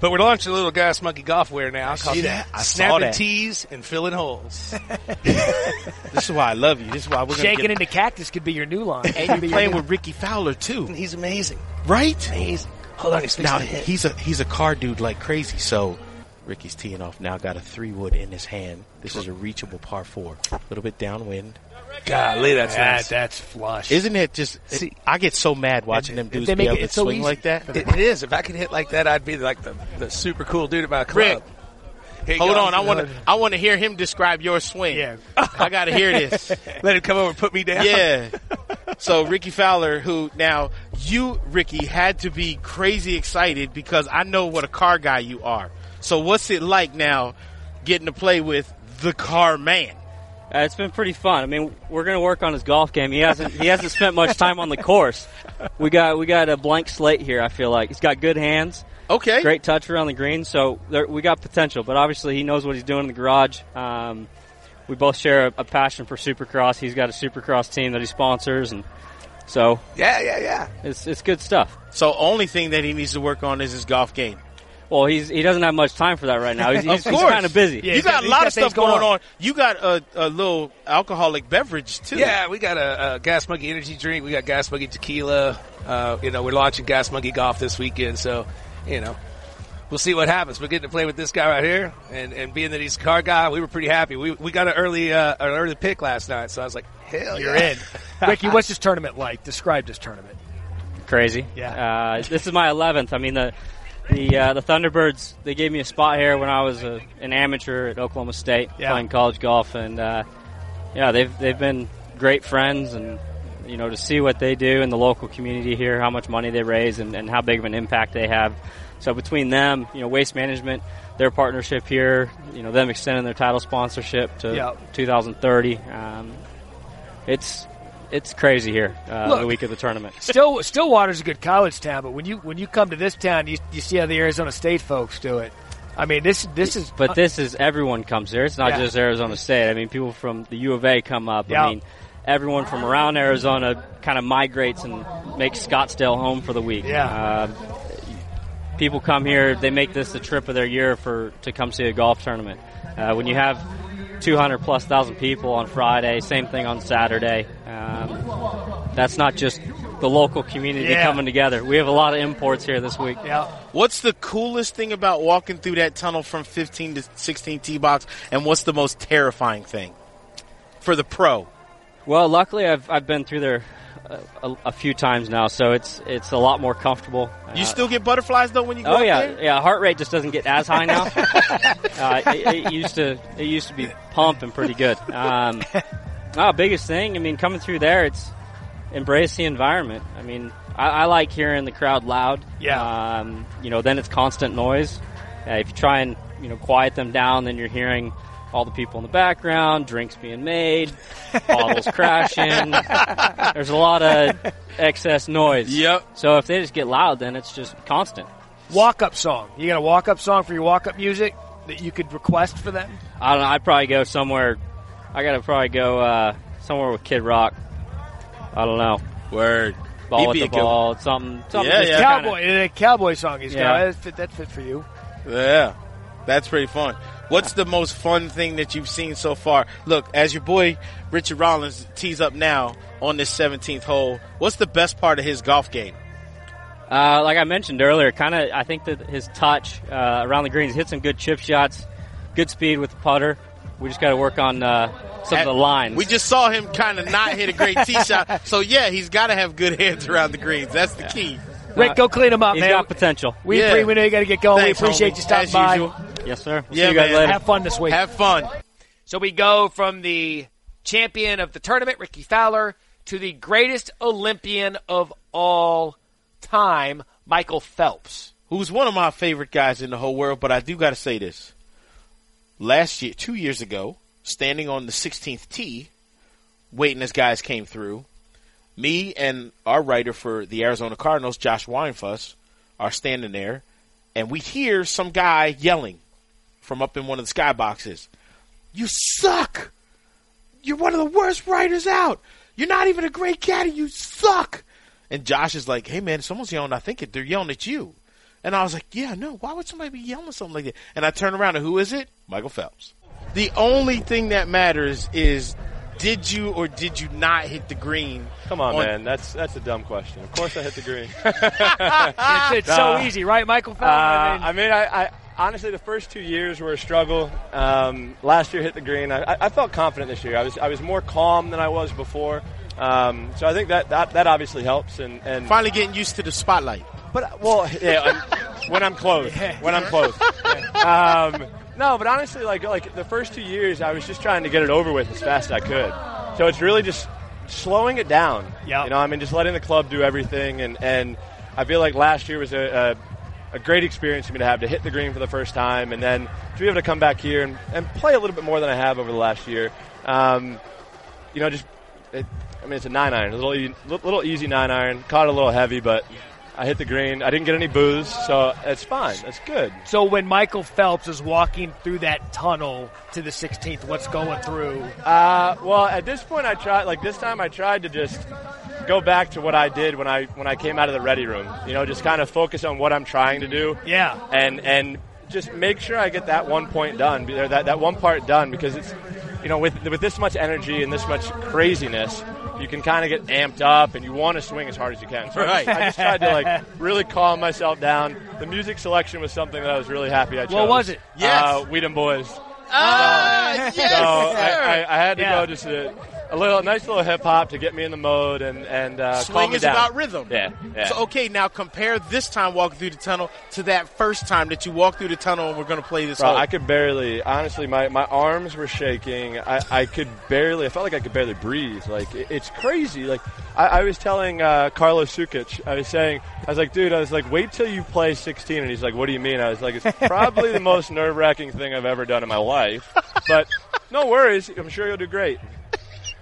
But we're launching a little gas monkey golf wear now. called
that. I saw
snapping
that.
tees and filling holes.
This is why I love you. This is why we're going to
Shaking
get
into cactus could be your new line.
and you're playing with Ricky Fowler too,
He's amazing.
right?
He's hold on. He's
Now
fixing to hit.
he's a he's a car dude like crazy. So Ricky's teeing off now. Got a three wood in his hand. This is a reachable par four, a little bit downwind.
Golly, that's nice.
that's flush.
Isn't it just? it-
See-
I get so mad watching them dudes
they
be
make
able
it-
to
it's so
swing
easy.
like that.
It- it is. If I could hit like that, I'd be like the, the super cool dude at my club.
Rick,
Here you
Hold
go.
on, I want to I want to hear him describe your swing.
Yeah.
I got to hear this.
let him come over and put me down.
Yeah. So Ricky Fowler, who now you Ricky had to be crazy excited because I know what a car guy you are. So what's it like now getting to play with the car man?
Uh, it's been pretty fun. I mean, we're going to work on his golf game. He hasn't he hasn't spent much time on the course. We got we got a blank slate here. I feel like he's got good hands,
Okay.
great touch around the green, so there, we got potential. But obviously, he knows what he's doing in the garage. Um, we both share a, a passion for Supercross. He's got a Supercross team that he sponsors, and so
yeah, yeah, yeah.
it's it's good stuff.
So only thing that he needs to work on is his golf game.
Well, he's he doesn't have much time for that right now. He's, he's,
Of course.
kind of busy.
Yeah,
you
he's
got
got-
a
he's
lot
got
of stuff
things going
going
on.
on. You got a, a little alcoholic beverage too.
Yeah, we got a, a Gas Monkey energy drink. We got Gas Monkey tequila. Uh, you know, we're launching Gas Monkey Golf this weekend, so you know, we'll see what happens. We're getting to play with this guy right here, and, and being that he's a car guy, we were pretty happy. We we got an early uh, an early pick last night, so I was like, hell,
You're
yeah.
in. Ricky, what's this tournament like? Describe this tournament.
crazy.
Yeah.
Uh, this is my 11th. I mean, the the uh, the Thunderbirds they gave me a spot here when I was a, an amateur at Oklahoma State
Yeah.
playing college golf, and uh, yeah, they've they've been great friends, and you know to see what they do in the local community here, how much money they raise, and, and how big of an impact they have. So between them, you know, waste management, their partnership here, you know, them extending their title sponsorship to
Yeah.
2030, um, it's it's crazy here uh,
Look.
the week of the tournament.
Still, Stillwater's a good college town, but when you when you come to this town, you, you see how the Arizona State folks do it. I mean, this this is uh,
But this is everyone comes here. It's not
Yeah.
just Arizona State. I mean, people from the U of A come up.
Yeah.
I mean, everyone from around Arizona kind of migrates and makes Scottsdale home for the week.
Yeah.
Uh, people come here. They make this the trip of their year for to come see a golf tournament. Uh, when you have 200 plus thousand people on Friday, same thing on Saturday. Um, that's not just the local community
Yeah.
coming together. We have a lot of imports here this week.
yeah.
What's the coolest thing about walking through that tunnel from 15 to 16 tee box, and what's the most terrifying thing for the pro?
Well, luckily I've I've been through there uh, a, a few times now, so it's it's a lot more comfortable.
You
Uh,
still get butterflies though when you go
Oh
up
yeah,
there?
yeah. Heart rate just doesn't get as high now. uh, it, it used to it used to be pumping pretty good. Um, oh, biggest thing. I mean, coming through there, it's embrace the environment. I mean, I, I like hearing the crowd loud.
Yeah.
Um, you know, then it's constant noise. Uh, if you try and you know quiet them down, then you're hearing all the people in the background, drinks being made, bottles crashing. There's a lot of excess noise.
Yep.
So if they just get loud, then it's just constant.
Walk up song. You got a walk up song for your walk up music that you could request for them.
I don't know. I'd probably go somewhere. I gotta probably go uh, somewhere with Kid Rock. I don't know.
Word.
Ball
He'd
with
be
the
a good
ball, something, something.
Yeah,
just
yeah.
to kinda-
Cowboy, a cowboy song. He's
Yeah.
got that fit, that fit for you.
Yeah, that's pretty fun. What's the most fun thing that you've seen so far? Look, as your boy Richard Rollins tees up now on this 17th hole, what's the best part of his golf game?
Uh, like I mentioned earlier, kind of, I think that his touch uh, around the greens hit some good chip shots, good speed with the putter. We just got to work on uh, some of the lines.
We just saw him kind of not hit a great tee shot. So yeah, he's got to have good hands around the greens. That's the key.
Rick, go clean them up,
He's
man.
got potential.
we
Yeah.
agree. We know you got to get going.
Thanks,
we appreciate
homie.
you stopping
As
by.
usual.
yes, sir. We'll
Yeah,
see you guys
man.
later.
Have fun this week.
Have fun.
So we go from the champion of the tournament, Ricky Fowler, to the greatest Olympian of all time, Michael Phelps.
who's one of my favorite guys in the whole world, but I do got to say this. Last year, two years ago, standing on the 16th tee, waiting as guys came through, me and our writer for the Arizona Cardinals, Josh Weinfuss, are standing there, and we hear some guy yelling from up in one of the skyboxes, "You suck! You're one of the worst writers out. You're not even a great caddy. You suck!" And Josh is like, "Hey man, someone's yelling. I think it, they're yelling at you." And I was like, "Yeah, no. Why would somebody be yelling something like that?" And I turn around and who is it? Michael Phelps. The only thing that matters is did you or did you not hit the green?
Come on, man. That's that's a dumb question. Of course I hit the green.
It's, it's so easy, right, Michael? Phelps?
Uh, I mean, I, I honestly the first two years were a struggle. Um, last year hit the green. I, I- I felt confident this year. I was I was more calm than I was before. Um, so I think that, that that obviously helps. And and
Finally getting used to the spotlight.
but uh, well, yeah, I'm- when I'm close, when I'm close. Um, no, but honestly, like like the first two years, I was just trying to get it over with as fast as I could. So it's really just slowing it down.
Yep.
you know, I mean, just letting the club do everything, and and I feel like last year was a. a a great experience for me to have to hit the green for the first time and then to be able to come back here and, and play a little bit more than I have over the last year. Um, you know, just it, I mean, it's a nine iron, a little e- little easy nine iron. Caught it a little heavy, but I hit the green. I didn't get any booze, so it's fine. That's good.
So when Michael Phelps is walking through that tunnel to the 16th, what's going through?
Uh, well, at this point, I tried. Like this time, I tried to just go back to what I did when I when I came out of the ready room. You know, just kind of focus on what I'm trying to do.
Yeah.
And and just make sure I get that one point done, or that that one part done, because it's you know with with this much energy and this much craziness. You can kind of get amped up, and you want to swing as hard as you can. So I just- I just tried to like really calm myself down. The music selection was something that I was really happy I chose.
was it?
Yes.
uh, Weedham Boys.
Ah, yes,
So I, I, I had to
Yeah.
go just a, a little, nice little hip hop to get me in the mode and and uh, calm
Swing
me
is
down.
about rhythm.
Yeah, yeah.
So okay, now compare this time walking through the tunnel to that first time that you walked through the tunnel and we're gonna play this.
Bro,
whole-
I could barely, honestly, my, my arms were shaking. I, I could barely, I felt like I could barely breathe. Like, it, it's crazy. Like, I, I was telling uh, Carlos Sukic, I was saying, I was like, dude, I was like, wait till you play 16. And he's like, what do you mean? I was like, it's probably the most nerve wracking thing I've ever done in my life. But no worries, I'm sure you'll do great.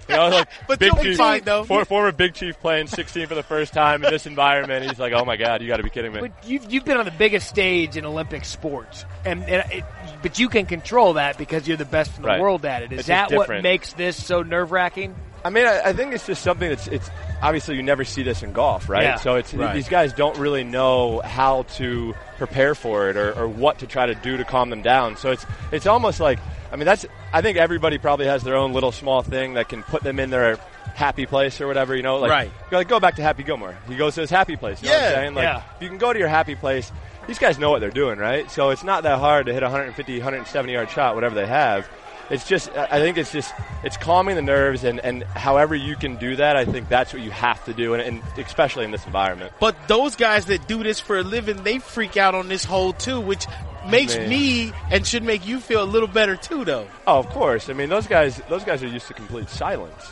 You know, like
But
big
you'll be
chief,
fine, though.
for- former big chief playing 16 for the first time in this environment. He's like, "Oh my god, you got to be kidding me!"
But you've, you've been on the biggest stage in Olympic sports, and, and it, but you can control that because you're the best in the
Right.
world at it. Is
It's just
that what
different.
makes this so nerve wracking?
I mean, I, I think it's just something that's it's obviously you never see this in golf, right?
Yeah.
So it's
Right.
these guys don't really know how to prepare for it or, or what to try to do to calm them down. So it's it's almost like I mean that's I think everybody probably has their own little small thing that can put them in their happy place or whatever, you know, like
Right.
go- like, go back to Happy Gilmore. He goes to his happy place. You know what
Yeah.
I'm saying? Like
Yeah.
if you can go to your happy place, these guys know what they're doing, right? So it's not that hard to hit a 150, 170 yard shot, whatever they have. It's just, I I think it's just, it's calming the nerves, and, and however you can do that, I think that's what you have to do, and, and especially in this environment.
but those guys that do this for a living, they freak out on this hole too, which makes
Man.
me and should make you feel a little better too, though.
Oh, of course. I mean, those guys, those guys are used to complete silence,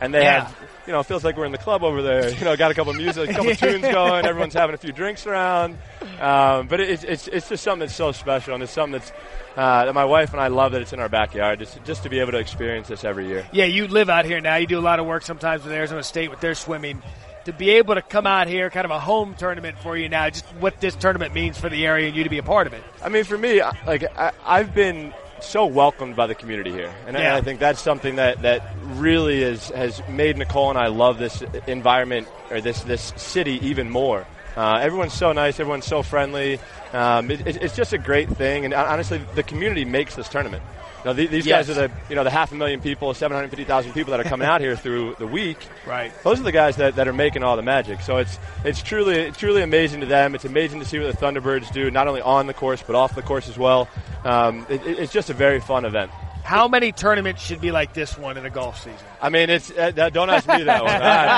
and they
Yeah.
have, you know, it feels like we're in the club over there. You know, got a couple of music, a couple of tunes going. Everyone's having a few drinks around. Um, but it, it's it's it's just something that's so special, and it's something that's uh, that my wife and I love that it's in our backyard. Just just to be able to experience this every year.
Yeah, you live out here now. You do a lot of work sometimes with Arizona State with their swimming. To be able to come out here, kind of a home tournament for you now, just what this tournament means for the area and you to be a part of it.
I mean, for me, I- like I, I've been so welcomed by the community here, and, I-
Yeah.
I think that's something that that really is has made Nicole and I love this environment or this this city even more. Uh, everyone's so nice. Everyone's so friendly. Um, it, it, it's just a great thing, and hon- honestly, the community makes this tournament. You know, the- these
Yes.
guys are the you know the half a million people, seven hundred fifty thousand people that are coming out here through the week.
Right.
Those are the guys that, that are making all the magic. So it's it's truly truly amazing to them. It's amazing to see what the Thunderbirds do, not only on the course but off the course as well. Um, it, it- it's just a very fun event.
How many tournaments should be like this one in a golf season?
I mean, it's uh, that- don't ask me that one. I have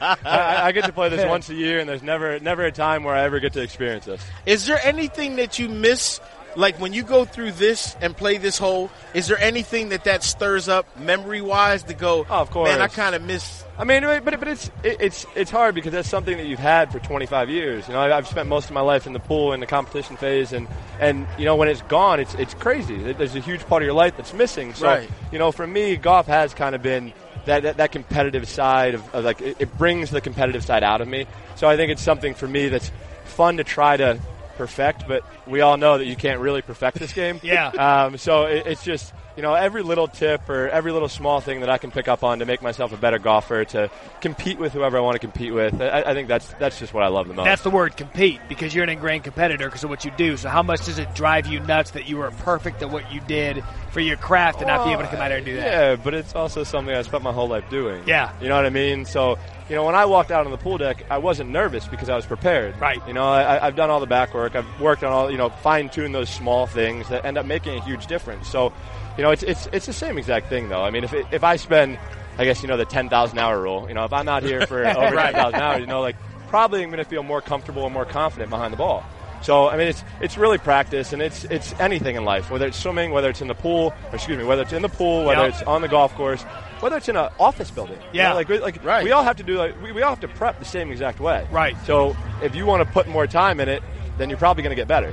no idea. I, I- I get to play this once a year, and there's never never a time where I ever get to experience this.
Is there anything that you miss? Like when you go through this and play this hole, is there anything that that stirs up memory wise to go?
Oh, of course.
Man, I kind of miss.
I mean, but but it's it, it's it's hard because that's something that you've had for 25 years. You know, I- I've spent most of my life in the pool in the competition phase, and and you know when it's gone, it's it's crazy. There- There's a huge part of your life that's missing. So
Right.
you know, for me, golf has kind of been that that, that competitive side of, of like it, it brings the competitive side out of me. So I think it's something for me that's fun to try to perfect, but we all know that you can't really perfect this game.
Yeah.
Um, so it, it's just you know every little tip or every little small thing that I can pick up on to make myself a better golfer to compete with whoever I want to compete with. I, I think that's that's just what I love the most.
That's the word compete because you're an ingrained competitor because of what you do. So how much does it drive you nuts that you were perfect at what you did for your craft and not be able to come out there and do that?
Yeah, but it's also something I spent my whole life doing.
Yeah.
You know what I mean? So, you know, when I walked out on the pool deck, I wasn't nervous because I was prepared.
Right.
You know, I, I've done all the back work. I've worked on all, you know, fine tuned those small things that end up making a huge difference. So, you know, it's, it's, it's the same exact thing though. I mean, if, it, if I spend, I guess, you know, the 10,000 hour rule, you know, if I'm out here for over 10,000 hours, you know, like probably I'm going to feel more comfortable and more confident behind the ball. So I mean, it's it's really practice, and it's it's anything in life, whether it's swimming, whether it's in the pool, or excuse me, whether it's in the pool, whether
Yeah.
it's on the golf course, whether it's in an office building. You
Yeah.
know, like we- like
Right.
we all have to do like we, we all have to prep the same exact way.
Right.
So if you want to put more time in it, then you're probably going to get better.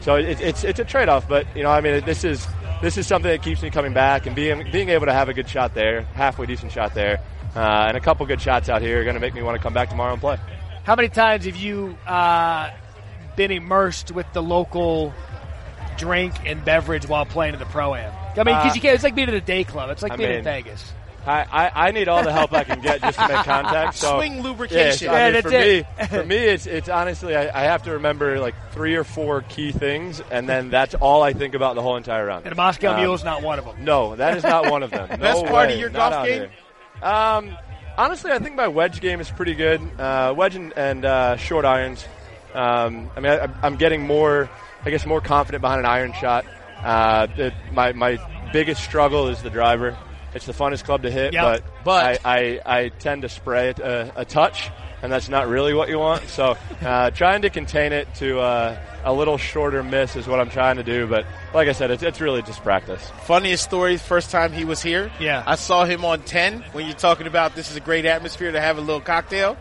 So it, it's it's a trade off, but you know, I mean, this is this is something that keeps me coming back and being being able to have a good shot there, halfway decent shot there, uh, and a couple good shots out here are going to make me want to come back tomorrow and play.
How many times have you uh, been immersed with the local drink and beverage while playing in the pro am? I mean, because you can't. It's like being at a day club. It's like
Uh, I
being in
mean,
Vegas.
I, I, I need all the help I can get just to make contact. So
Swing lubrication.
Yeah,
Yeah,
so, I mean,
that's
for me, for me, it's it's honestly I, I have to remember like three or four key things, and then that's all I think about the whole entire round.
And a Moscow
Um,
Mule's not one of them.
No, that is not one of them. No
Best part of
way.
your
Not
golf
out
game?
here. Um, honestly, I think my wedge game is pretty good. Uh, wedge and, and uh, short irons. Um, I mean, I, I'm getting more, I guess, more confident behind an iron shot. Uh, it, my my biggest struggle is the driver. It's the funnest club to hit,
Yeah,
but
but-
I, I, I tend to spray it a, a touch, and that's not really what you want. So uh, trying to contain it to uh, a little shorter miss is what I'm trying to do. But like I said, it's, it's really just practice.
Funniest story, first time he was here.
Yeah.
I saw him on 10 when you're talking about this is a great atmosphere to have a little cocktail.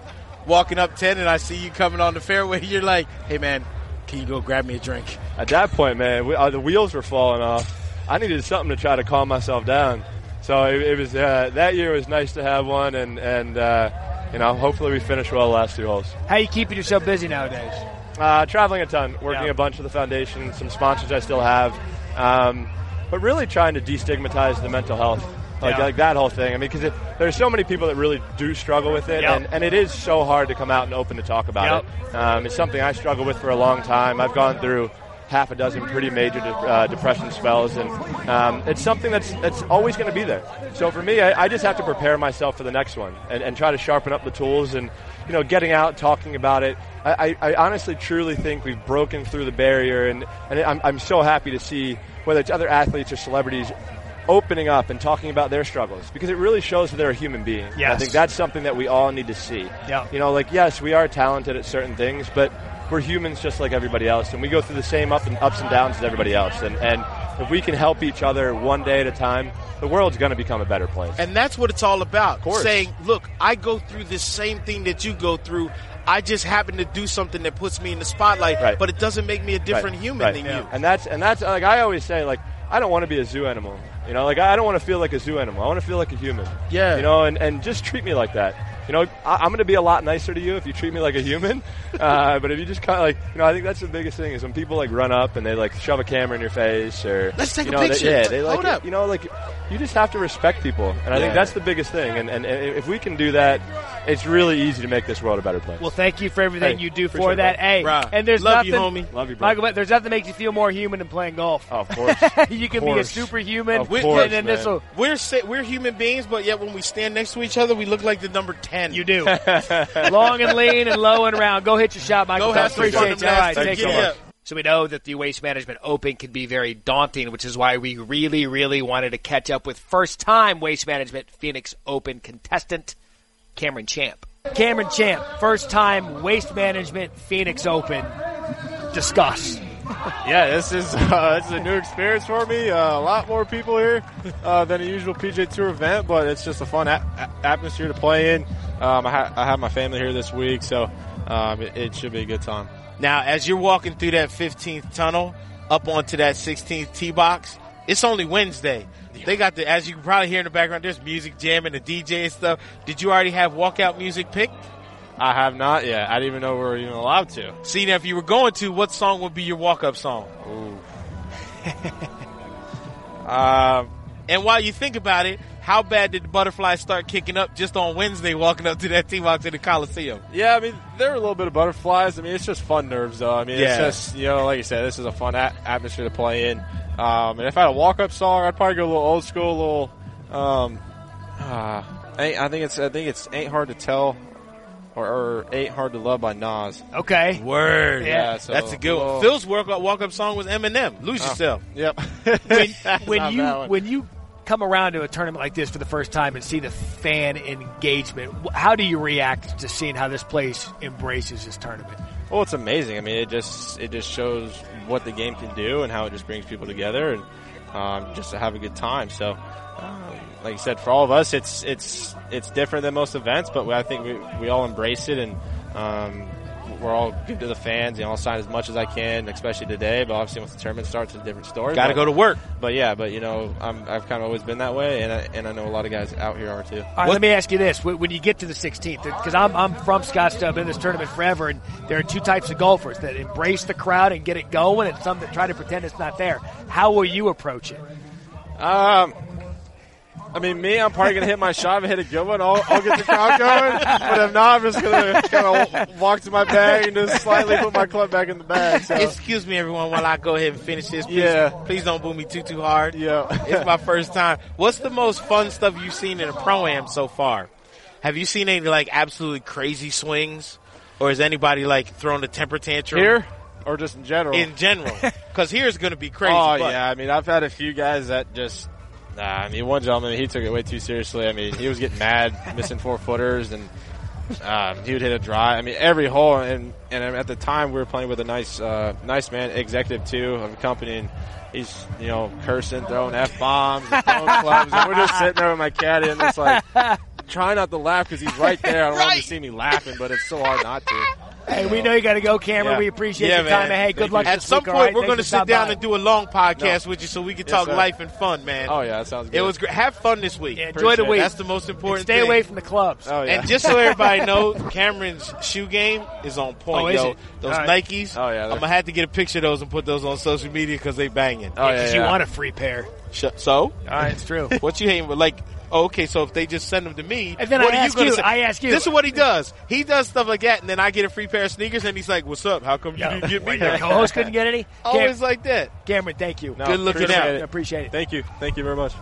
Walking up 10 and I see you coming on the fairway. You're like, hey man, can you go grab me a drink?
At that point, man, we, uh, the wheels were falling off. I needed something to try to calm myself down. So it, it was uh, that year was nice to have one, and and uh, you know hopefully we finish well the last two holes.
How you keeping yourself busy nowadays?
Uh, traveling a ton, working
Yeah.
a bunch with the foundation, some sponsors I still have, um, but really trying to destigmatize the mental health, like,
Yeah.
like that whole thing. I mean, because there's so many people that really do struggle with it,
Yeah.
and, and it is so hard to come out and open to talk about it. Um, it's something I struggle with for a long time. I've gone through half a dozen pretty major de- uh, depression spells, and um, it's something that's that's always going to be there. So for me, I, I just have to prepare myself for the next one and, and try to sharpen up the tools and you know getting out, talking about it. I, I, I honestly, truly think we've broken through the barrier, and and I'm, I'm so happy to see whether it's other athletes or celebrities. Opening up and talking about their struggles because it really shows that they're a human being. And I
Yes.
think that's something that we all need to see.
Yeah.
You know, like yes, we are talented at certain things, but we're humans just like everybody else, and we go through the same up and ups and downs as everybody else. And, and if we can help each other one day at a time, the world's going to become a better place.
And that's what it's all about.
course.
Saying, look, I go through this same thing that you go through. I just happen to do something that puts me in the spotlight,
Right.
but it doesn't make me a different
Right,
human
right.
than you.
And that's and that's like I always say, like I don't want to be a zoo animal. You know, like I don't want to feel like a zoo animal. I want to feel like a human.
Yeah.
You know, and, and just treat me like that. You know, I, I'm going to be a lot nicer to you if you treat me like a human. uh, but if you just kind of like, you know, I think that's the biggest thing is when people like run up and they like shove a camera in your face or
Let's take
you
a
know, they-
picture.
yeah, they like
Hold
it-
up.
you know, like you just have to respect people, and I think
Yeah.
that's the biggest thing. And, and and if we can do that, it's really easy to make this world a better place.
Well, thank you for everything
Hey,
you do
appreciate
for
it,
that.
bro.
Hey,
Bruh,
and there's
love you,
nothing,
homie.
Love you, bro.
Michael, but there's nothing that makes you feel more human than playing golf.
oh, of course.
you can be a
course.
superhuman,
Of course,
and then
man.
this will.
We're sa- we're human beings, but yet when we stand next to each other, we look like the number ten.
You do. Long and lean and low and round. Go hit your shot, Michael.
Go have some fun
Appreciate you. All right,
gymnastics.
take
Get
care.
up.
So we know that the Waste Management Open can be very daunting, which is why we really, really wanted to catch up with first-time Waste Management Phoenix Open contestant Cameron Champ. Cameron Champ, first-time Waste Management Phoenix Open. Discuss.
Yeah, this is uh, this is a new experience for me. Uh, a lot more people here uh, than a usual PJ Tour event, but it's just a fun a- a- atmosphere to play in. Um, I, ha- I have my family here this week, so um, it-, it should be a good time.
Now, as you're walking through that 15th tunnel up onto that 16th tee box, it's only Wednesday. They got the, as you can probably hear in the background, there's music jamming, the DJ and stuff. Did you already have walkout music picked?
I have not yet. I didn't even know we were even allowed to.
See, now if you were going to, what song would be your walk-up song?
Uh,
And while you think about it, how bad did the butterflies start kicking up just on Wednesday walking up to that T box in the Coliseum?
yeah, I mean, there were a little bit of butterflies. I mean, it's just fun nerves, though. I mean,
Yeah.
it's just, you know, like you said, this is a fun at- atmosphere to play in. Um, and if I had a walk-up song, I'd probably go a little old school, a little, um, uh, ain't, I think it's, I think it's Ain't Hard to Tell or, or Ain't Hard to Love by Nas.
Okay.
Word.
Yeah.
so Uh,
That's a good
little-
one. Phil's walk up walk up song was Eminem. Lose yourself.
Yep.
When, when
Not
you
that one.
when you come around to a tournament like this for the first time and see the fan engagement, wh- how do you react to seeing how this place embraces this tournament?
Well, it's amazing. I mean, it just it just shows what the game can do and how it just brings people together and um, just to have a good time. So, um, like you said, for all of us, it's it's it's different than most events, but I think we, we all embrace it and um, we're all good to the fans. You know, I'll sign as much as I can, especially today. But obviously, once the tournament starts, it's a different story.
Got to
But-
go to work.
But yeah, but you know, I'm, I've kind of always been that way, and I, and I know a lot of guys out here are too.
All right, let me ask you this: Wh- when you get to the 16th, because I'm I'm from Scottsdale, I've been in this tournament forever, and there are two types of golfers that embrace the crowd and get it going, and some that try to pretend it's not there. How will you approach it?
Um, I mean, me, I'm probably gonna hit my shot and hit a good one. I'll, I'll get the crowd going, but if not, I'm just gonna kind of walk to my bag and just slightly put my club back in the bag. So,
Excuse me, everyone, while I go ahead and finish this. Please,
Yeah.
please don't boo me too too hard.
yeah,
it's my first time. What's the most fun stuff you've seen in a pro am so far? Have you seen any like absolutely crazy swings, or is anybody like throwing a temper tantrum
here or just in general.
in general? Because here's going to be crazy.
oh
but-
yeah, I mean, I've had a few guys that just. Nah, I mean, one gentleman he took it way too seriously. I mean, he was getting mad, missing four footers, and um, he would hit a drive. I mean, every hole, and and at the time we were playing with a nice, uh, nice man, executive too of the company. And he's you know cursing, throwing f bombs, and throwing clubs, and we're just sitting there with my caddy and just like trying not to laugh because he's right there. I don't want him to see me laughing, but it's so hard not to.
Hey, we know you got to go, Cameron.
Yeah.
We appreciate
Yeah,
your time.
man.
and Hey, good luck.
At
this
some
week, all
point,
right?
we're
Thanks
going
for
to sit
stopping
down
by.
and do a long podcast with you so we can talk
sir.
life and fun, man.
Oh yeah, that sounds good.
It was great. Have fun this week.
Yeah, enjoy the week.
That's the most
And
important.
stay
thing.
away from the clubs.
Oh yeah.
And just so everybody knows, Cameron's shoe game is on point,
Oh, is
yo.
it?
Those
All right.
Nikes.
Oh, yeah,
I'm
they're-
gonna have to get a picture of those and put those on social media because they banging.
oh yeah,
Because
yeah.
you want a free pair.
Sh- so
All right, it's true.
what you hating? with, Like, oh, okay, so if they just send them to me,
And then
what
I
are
ask
you gonna
you-
say?
I ask you.
This is what he does. He does stuff like that, and then I get a free pair of sneakers, and he's like, "What's up? How come you
Yeah.
didn't get
Well,
me?"
your
that?"
co-host couldn't get any.
Always
Cam-
like that.
Cameron, thank you.
No,
Good looking
appreciate
out.
I
it.
appreciate it.
Thank you, thank you very much.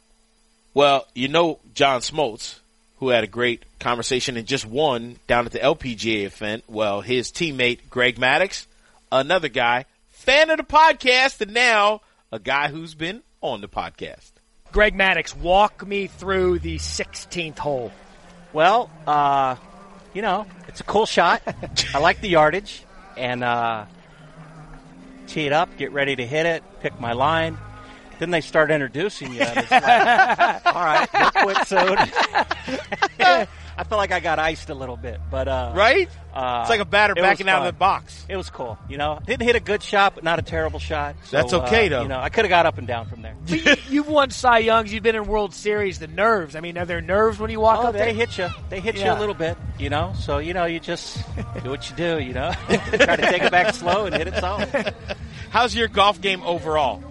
Well, you know John Smoltz, who had a great conversation and just won down at the LPGA event. Well, his teammate Greg Maddox, another guy, fan of the podcast, and now a guy who's been on the podcast.
Greg Maddox, walk me through the 16th hole.
Well, uh, you know, it's a cool shot. I like the yardage and uh, tee it up, get ready to hit it, pick my line. Then they start introducing you. And it's like, all right, look what sewed. I felt like I got iced a little bit, but uh,
Right?
Uh,
it's like a batter
it was
backing out of
fun.
the box.
It was cool, you know. Didn't hit a good shot, but not a terrible shot. So,
That's okay,
uh,
though.
You know, I could have got up and down from there.
But you, you've won Cy Youngs. You've been in World Series. The nerves. I mean, are there nerves when you walk
Oh,
up
they
there?
hit you. They hit
Yeah.
you a little bit, you know. So you know, you just do what you do, you know. Try to take it back slow and hit it solid.
How's your golf game overall?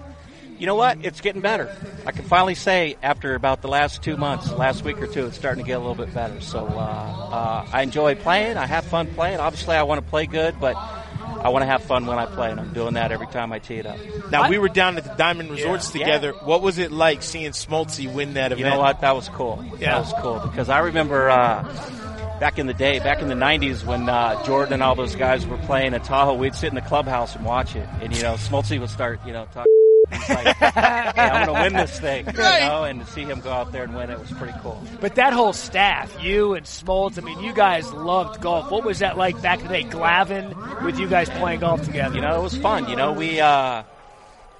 You know what? It's getting better. I can finally say after about the last two months, the last week or two, it's starting to get a little bit better. So uh, uh, I enjoy playing. I have fun playing. Obviously, I want to play good, but I want to have fun when I play, and I'm doing that every time I tee it up.
Now we were down at the Diamond Resorts
Yeah.
together. What was it like seeing Smoltzy win that
You
event?
know what? That was cool.
Yeah.
That was cool because I remember uh, back in the day, back in the '90s, when uh, Jordan and all those guys were playing at Tahoe, we'd sit in the clubhouse and watch it, and you know, Smoltzy would start, you know, talking. He's like, "Hey, I'm gonna win this thing, you know, and to see him go out there and win it was pretty cool.
But that whole staff, you and Smoltz, I mean, you guys loved golf. What was that like back in the day, Glavin, with you guys playing golf together?
You know, it was fun. You know, we uh,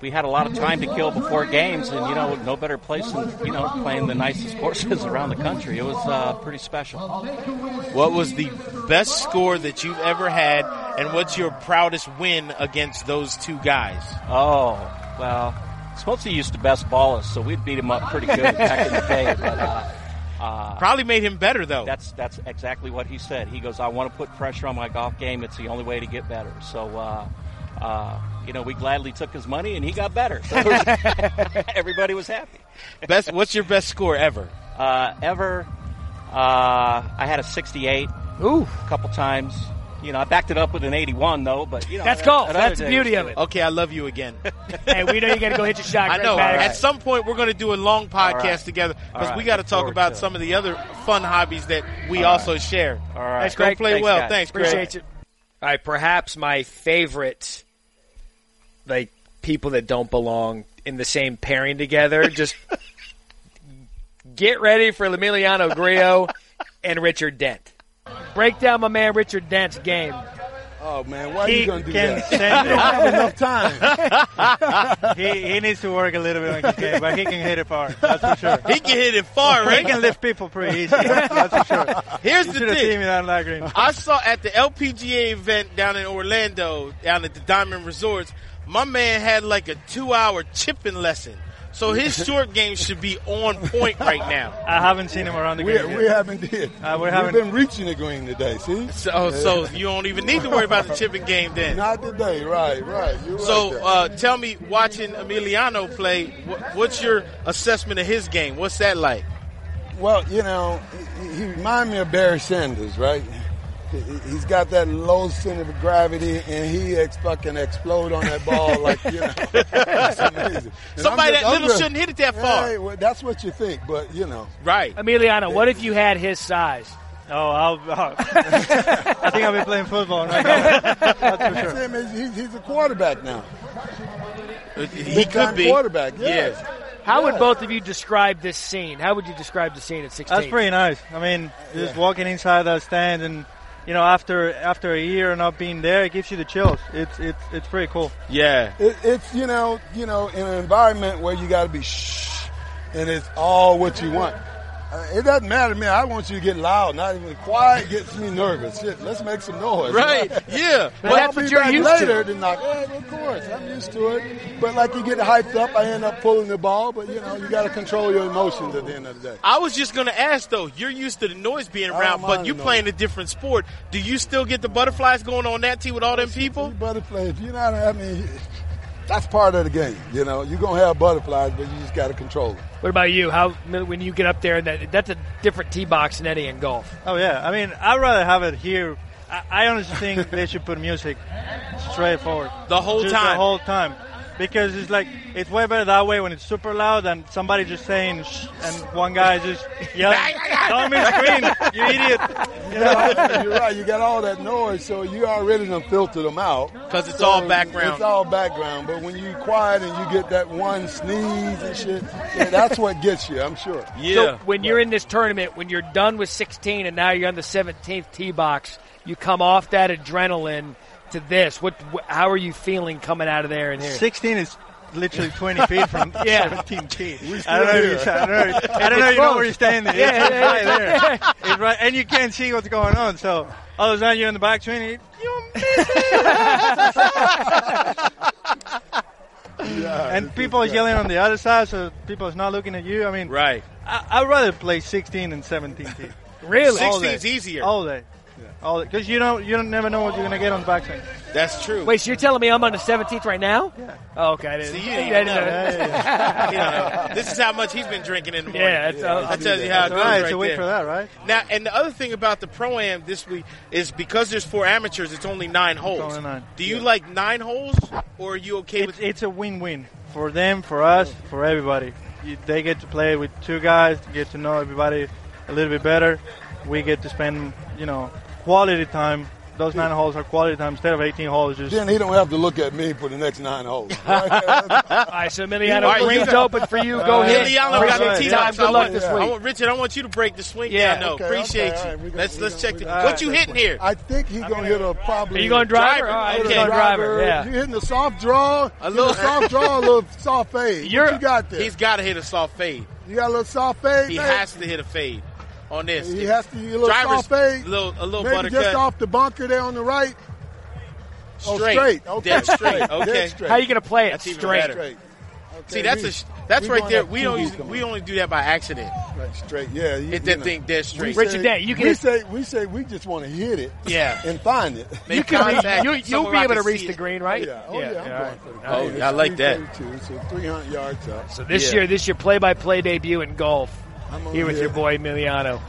we had a lot of time to kill before games, and you know, no better place than you know playing the nicest courses around the country. It was uh, pretty special.
What was the best score that you've ever had, and what's your proudest win against those two guys?
Oh, well, Smoltz used to best ball us, so we'd beat him up pretty good back in the day. But uh, Uh,
Probably made him better though.
that's that's exactly what he said. He goes, "I want to put pressure on my golf game. It's the only way to get better." So, uh, uh, you know, we gladly took his money, and he got better. So everybody was happy.
best. What's your best score ever?
Uh, ever, uh, I had a 68
Ooh,
a couple times. You know, I backed it up with an 81 though. But you know,
that's
at-
golf.
at other
That's the
days,
beauty
too.
of it.
Okay, I love you again.
hey, we know you got to go hit your shot.
I
Greg
know.
Maddox.
At some point, we're going to do a long podcast
right.
together because
right.
we got to
Look
talk
forward
about
to it.
some of the other fun hobbies that we also share.
All right.
Thanks,
Go
Greg.
play
Thanks,
well.
guys.
Thanks, Greg.
Appreciate you. All right, perhaps my favorite, like people that don't belong in the same pairing together. Just get ready for Emiliano Grillo and Richard Dent. Break down my man Richard Dent's game.
Oh man, why are
He
you gonna do
can
that?
send
you don't have enough time.
He, he needs to work a little bit on his game, but he can hit it far. That's for sure.
He can hit it far,
He
right?
can lift people pretty easy. That's for sure.
Here's
You
the
should have seen
thing.
me down that green.
I saw at the LPGA event down in Orlando, down at the Diamond Resorts, my man had like a two hour chipping lesson. So his short game should be on point right now.
I haven't seen him around the
We,
green.
we
yet.
haven't did.
Uh, we
We've
haven't-
been reaching the green today. See,
So, oh, so you don't even need to worry about the chipping game then.
not today. Right, right. You're right
So
there.
uh, tell me, watching Emiliano play, wh- what's your assessment of his game? What's that like?
Well, you know, he, he reminds me of Barry Sanders, right? He- He's got that low center of gravity, and he ex- fucking explode on that ball like you know. It's amazing. And
Somebody
I'm
that
I'm
little shouldn't hit it that far.
Hey, well, that's what you think, but you know,
Right.
Emiliano, what if you had his size?
Oh, I'll, oh. I think I'll be playing football right now. That's for sure.
Sam is- he's, he's a quarterback now.
Uh, He could
Big-time
be.
quarterback. Yes.
Yes.
How would
Yeah.
both of you describe this scene? How would you describe the scene at 16?
That's pretty nice. I mean, just walking inside that stand and. You know, after after a year of not being there, it gives you the chills. It's it's it's pretty cool.
Yeah.
It, it's you know, you know, in an environment where you got to be shh, and it's all what you want. Uh, it doesn't matter to me. I want you to get loud. Not even quiet gets me nervous. Shit, let's make some noise.
Right. Yeah.
But
that's
I'll
what
be
you're
back
used to.
later to. knock. Yeah, of course, I'm used to it. But like you get hyped up, I end up pulling the ball. But you know, you got to control your emotions at the end of the day.
I was just gonna ask though. You're used to the noise being around,
don't
but
mind
you
the
playing a different sport. Do you still get the butterflies going on that tee with all them people?
You butterflies. You know, what I mean, that's part of the game. You know, you're gonna have butterflies, but you just got to control them.
What about you? How when you get up there and that that's a different tee box than any in golf.
Oh yeah, I mean, I'd rather have it here. I, I honestly think they should put music straight forward
The whole
Just the
time.
whole time, because it's like it's way better that way when it's super loud than somebody just saying shh and one guy just yelling, "Don't miss green, you idiot!" You know?
Yeah, you're right. You got all that noise, so you already done filtered them out.
'Cause it's
So
all background.
It's all background. But when you quiet and you get that one sneeze and shit, yeah, that's what gets you. I'm sure.
So when you're in this tournament, when you're done with 16 and now you're on the 17th tee box, you come off that adrenaline to this. What? wh- How are you feeling coming out of there and here?
Sixteen is literally twenty feet from
Yeah.
seventeen T. I don't know. If you, saw- I don't know, I don't know, if you know where you're standing.
Yeah,
it's
yeah,
right there. It's right, and you can't see what's going on. So oh, all of a sudden you're in the back swing. and You miss it. and people are yelling on the other side, so people is not looking at you. I mean,
Right.
I, I'd rather play 16 than 17 T
Really?
All
Sixteen
day.
is easier.
all day, all because you don't you don't never know what you're gonna get on the back swing.
That's true.
Wait, so you're telling me I'm on the 17th right now? Yeah. Oh, okay. I didn't,
See, you
I
didn't
didn't
know.
know.
Yeah, yeah, yeah.
You know, this is how much he's been drinking in the morning.
Yeah, that's- I'll-
I tell you how it
All
goes
right,
right
so wait
there.
for that, right?
Now, and the other thing about the pro am this week is because there's four amateurs, it's only nine holes.
only nine.
Do you like nine holes, or are you okay
it's,
with?
it's a win-win for them, for us, for everybody. You, they get to play with two guys, get to know everybody a little bit better. We get to spend, you know, quality time. Those nine holes are quality time instead of 18 holes. Just
Then he don't have to look at me for the next nine holes.
All right, so
All right,
Emiliano,
you Uh,
green's
got-
open for you. Go ahead.
Emiliano got the
Appreciate
tee
it.
box.
Good
I
luck
want-
this
I
week.
want- Richard, I want you to break the swing
Yeah,
down. though.
okay,
Appreciate
okay, all
you.
right, we got-
let's
we
let's
got-
check.
we
The,
got-
what you hitting here?
I think he gonna hit a
Are
probably.
uh, you going driver?
Driver.
All right,
Okay.
he's going driver.
You
Yeah.
hitting the soft draw, a
little-
little soft draw, a little soft fade. What
You're-
you got there.
He's got to hit a soft fade.
you got a little soft fade.
He
man?
has to hit a fade on this.
He has to. You a little
Driver's
soft fade.
little- a little
Maybe
buttercut.
just off the bunker there on the right. Oh, straight. Okay.
Dead straight. Okay.
Dead straight.
How are you going to play it?
That's even
Straight.
better.
Straight.
See, that's a sh- that's right there. We don't use, we only do that by accident.
Right, straight. Yeah, you,
Hit
you
that
know.
thing dead
We
straight.
say- we say we say we just want to hit it.
Yeah.
and find it.
Make You can reach- contact,
You, you'll
somewhere
be
I
able to
can
reach
see
the
it.
green, right?
Yeah. Oh yeah, I'm going for the
Oh,
green.
yeah, I like
It's
that.
332, So 300 yards up.
So this
Yeah.
year, this is your play-by-play debut in golf.
I'm over
here with
here.
your boy Emiliano.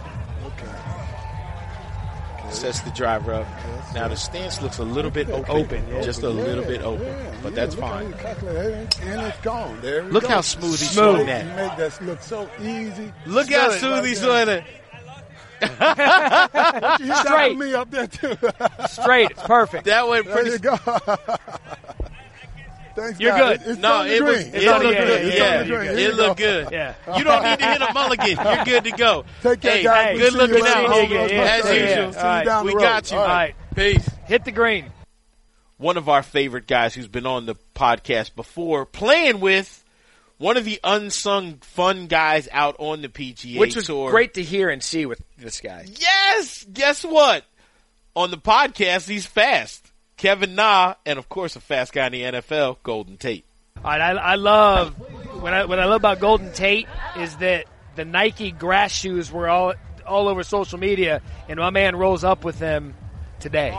Sets the driver up. Now the stance looks a little bit open,
Open, yeah.
just a little
Yeah,
bit open,
yeah,
but
yeah,
that's
look how
fine.
you calculate it, And it's gone. There we
Look
go.
how smooth he's
Smooth.
doing that.
Make that look so easy.
Look how
Smooth.
smooth he's
Like
doing it.
that. He's got
Straight.
me up there too.
Straight, it's perfect.
That went
there
pretty.
you go. Thanks,
You're
God.
good.
It's
No,
on the
it was.
green.
It
It's on the
looked
green.
good.
It's
on
Yeah,
the green. Here
it
you
looked
go.
good.
Yeah.
You don't need to hit a mulligan. You're good to go.
Take care,
hey,
We'll
guys.
good
see you
looking
later.
out,
Yeah,
homie.
yeah,
As
yeah.
usual,
See you Alright.
down the
we
road.
got you.
All
right.
Peace.
Hit the green.
One of our favorite guys who's been on the podcast before, playing with one of the unsung fun guys out on the PGA
Which was
tour.
great to hear and see with this guy.
Yes. Guess what? On the podcast, he's fast. Kevin Na, and of course, a fast guy in the NFL, Golden Tate.
All right, I, I love what I what I love about Golden Tate is that the Nike grass shoes were all all over social media, and my man rolls up with them today.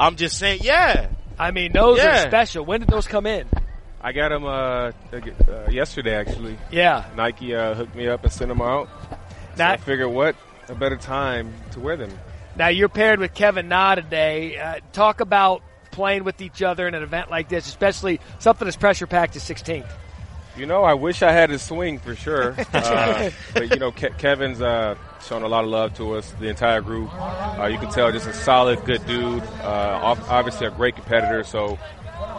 I'm just saying, yeah.
I mean, those
Yeah.
are special. When did those come in?
I got him uh, ag- uh, yesterday, actually.
Yeah,
Nike uh, hooked me up and sent them out. So I
now,
figured, what a better time to wear them.
now you're paired with Kevin Na today. Uh, talk about playing with each other in an event like this, especially something as pressure packed as 16th.
You know, I wish I had his swing for sure. Uh, but, you know, Ke- Kevin's uh, shown a lot of love to us, the entire group. Uh, you can tell just a solid, good dude. Uh, ob- obviously, a great competitor, so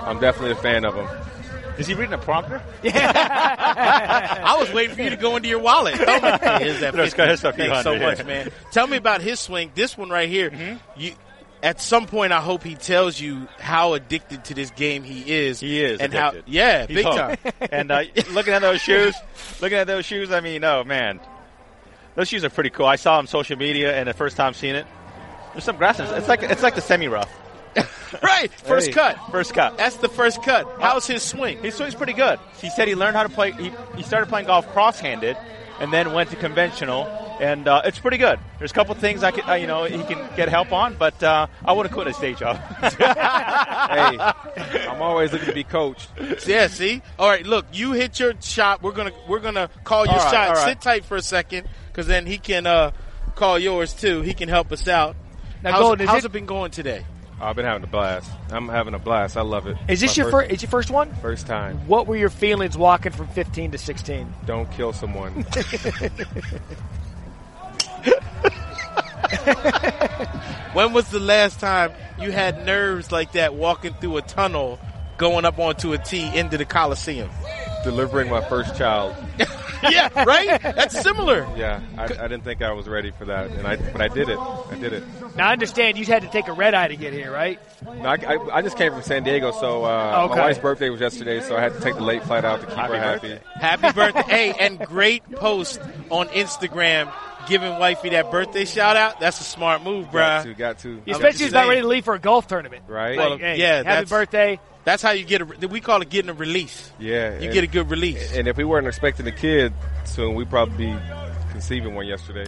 I'm definitely a fan of him.
Is he reading a prompter?
I was waiting for you to go into your wallet. Tell me, here's that
Let's go,
50.
here's a few
Thanks so
hundred,
much,
yeah.
man. Tell me about his swing. This one right here.
Mm-hmm.
You, at some point, I hope he tells you how addicted to this game he is.
He is
and how
addicted.
yeah, big
hooked.
time.
and uh, looking at those shoes, looking at those shoes, I mean, oh man, those shoes are pretty cool. I saw them on social media, and the first time seeing it, there's some grass. in it. It's like it's like the semi rough
right, first cut.
first cut.
That's the first cut. How's his swing?
He swings pretty good. He said he learned how to play. He, he started playing golf cross-handed, and then went to conventional, and uh, it's pretty good. There's a couple things I can, uh, you know, he can get help on, but uh, I wouldn't quit his day job. hey, I'm always looking to be coached.
Yeah, see. All right, look, you hit your shot. We're gonna we're gonna call your
All right,
shot.
all right.
Sit tight for a second, because then he can uh, call yours too. He can help us out.
Now,
how's
Golden, is
how's
it-
it been going today?
Oh, I've been having a blast. I'm having a blast. I love it.
Is this
My
your first? Is your first one?
First time.
What were your feelings walking from 15 to 16?
Don't kill someone.
When was the last time you had nerves like that walking through a tunnel, going up onto a T into the Coliseum?
Delivering my first child.
yeah, right? That's similar.
Yeah, I, I didn't think I was ready for that, and I but I did it. I did it.
Now I understand you had to take a red eye to get here, right?
No, I, I, I just came from San Diego, so uh,
Okay.
my wife's birthday was yesterday, so I had to take the late flight out to keep her happy.
Happy birthday. hey, and great post on Instagram giving wifey that birthday shout out. That's a smart move,
Got to,
bruh.
got to.
Especially if
just
he's not
saying.
ready to leave for a golf tournament.
Right.
Like,
Well,
hey,
yeah,
happy
that's-
birthday.
That's how you get a, we call it getting a release.
Yeah,
You
and-
get a good release.
And if we weren't expecting a kid soon, we'd probably be conceiving one yesterday.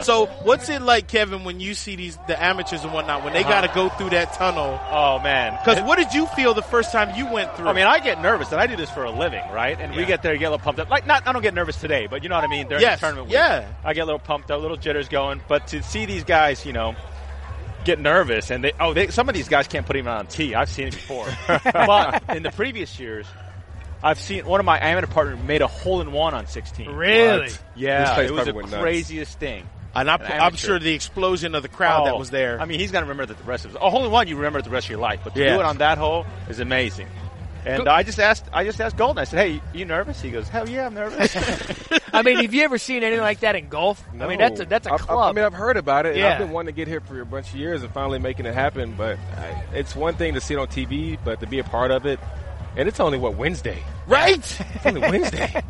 So what's it like, Kevin, when you see these, the amateurs and whatnot,
Uh-huh.
when they gotta go through that tunnel?
oh man,
Cause what did you feel the first time you went through?
I mean, I get nervous, and I do this for a living, right? And we get there, get a little pumped up. Like, not I don't get nervous today, but you know what I mean. During
Yes,
the tournament, week,
yeah.
I get a little pumped up, little jitters going. But to see these guys, you know, get nervous, and they oh, they, some of these guys can't put even on tee. I've seen it before, but in the previous years. I've seen one of my amateur partners made a hole in one on 16.
Really? What?
Yeah,
place
it was
probably
the
went nuts.
craziest thing.
And I,
An
I'm
amateur.
sure the explosion of the crowd that
Oh,
was there.
I mean, he's going to remember that the rest of his. A hole in one, you remember the rest of your life. But to
Yeah.
do it on that hole is amazing. And I just asked, I just asked Golden. I said, "Hey, you nervous?" He goes, "Hell Oh, yeah, I'm nervous."
I mean, have you ever seen anything like that in golf? I mean, that's a, that's a
I- I-
club.
I, mean, I've heard about it. and
Yeah.
I've been wanting to get here for a bunch of years and finally making it happen. But I, it's one thing to see it on TV, but to be a part of it, and it's only what Wednesday.
right?
It's only Wednesday.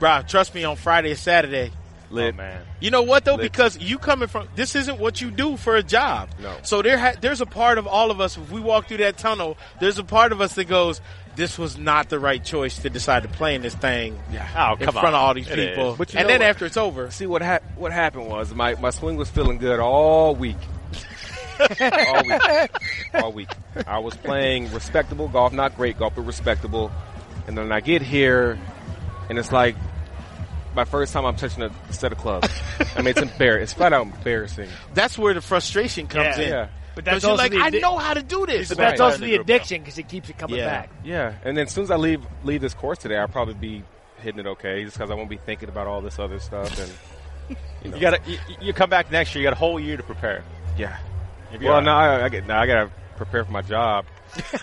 Bro, trust me, on Friday and Saturday,
Lit. man.
You know what though?
Lit.
Because you coming from this isn't what you do for a job.
No.
So there, ha- there's a part of all of us. If we walk through that tunnel, there's a part of us that goes, "This was not the right choice to decide to play in this thing."
Oh,
in
come
front
on.
of all these
It
people.
is. But you
and
know
then
what?
after it's over,
See what hap- what happened was my, my swing was feeling good all week. all week. All week. I was playing respectable golf, not great golf, but respectable. And then I get here and it's like my first time I'm touching a set of clubs. I mean it's embarrassing. It's flat out embarrassing.
that's where the frustration comes
Yeah.
in.
Yeah.
But that's
'Cause you're
also
like,
the
I
addi-
know how to do this.
But that's
Right.
also the addiction because it keeps it coming back.
Yeah, and then as soon as I leave leave this course today, I'll probably be hitting it okay, just because I won't be thinking about all this other stuff. And you, know.
You got to you, you come back next year. You got a whole year to prepare.
yeah.
You'll be
Well,
all right.
no, I, I get no, I gotta prepare for my job.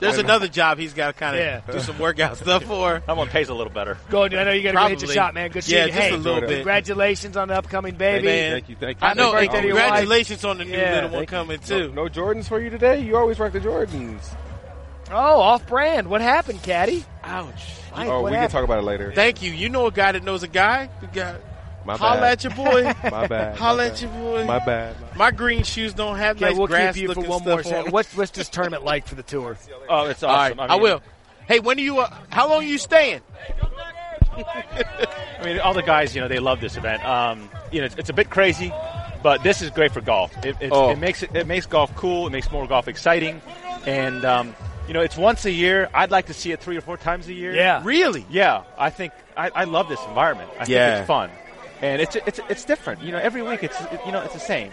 There's another job he's got to kind of
Yeah.
do some workout stuff for.
That one pays a little better.
Go, dude. I know you got to go hit your
Probably.
shot, man. Good
Yeah,
seeing you.
just
Hey,
a little bit.
Congratulations on the upcoming baby.
Man.
Thank you, thank you.
I know.
Thank
And
you. Always.
congratulations on the new
Yeah.
little one
Thank you.
coming too.
No, no Jordans for you today. You always rock the Jordans.
Oh, off brand. What happened, Caddy?
Ouch.
Mike,
oh,
what
we can
happened?
talk about it later.
Thank you. You know a guy that knows a guy. The guy-
My
Holla
bad.
at your boy.
My bad.
Holla
my
at
bad.
your boy.
My bad.
My green shoes don't have
Okay,
nice
we'll
grass
keep you for
looking
one
stuff
more
on
second.
them.
What's, what's this tournament like for the tour?
Oh, it's
All right,
awesome.
I
mean-
will. Hey, when are you? Uh, how long are you staying?
I mean, all the guys, you know, they love this event. Um, you know, it's, it's a bit crazy, but this is great for golf. It, it's,
Oh.
it makes it, it makes golf cool. It makes more golf exciting, and um, you know, it's once a year. I'd like to see it three or four times a year.
Yeah.
Really?
yeah. I think I, I love this environment. I
Yeah.
think it's fun, and it's it's it's different. You know, every week it's it- you know it's the same,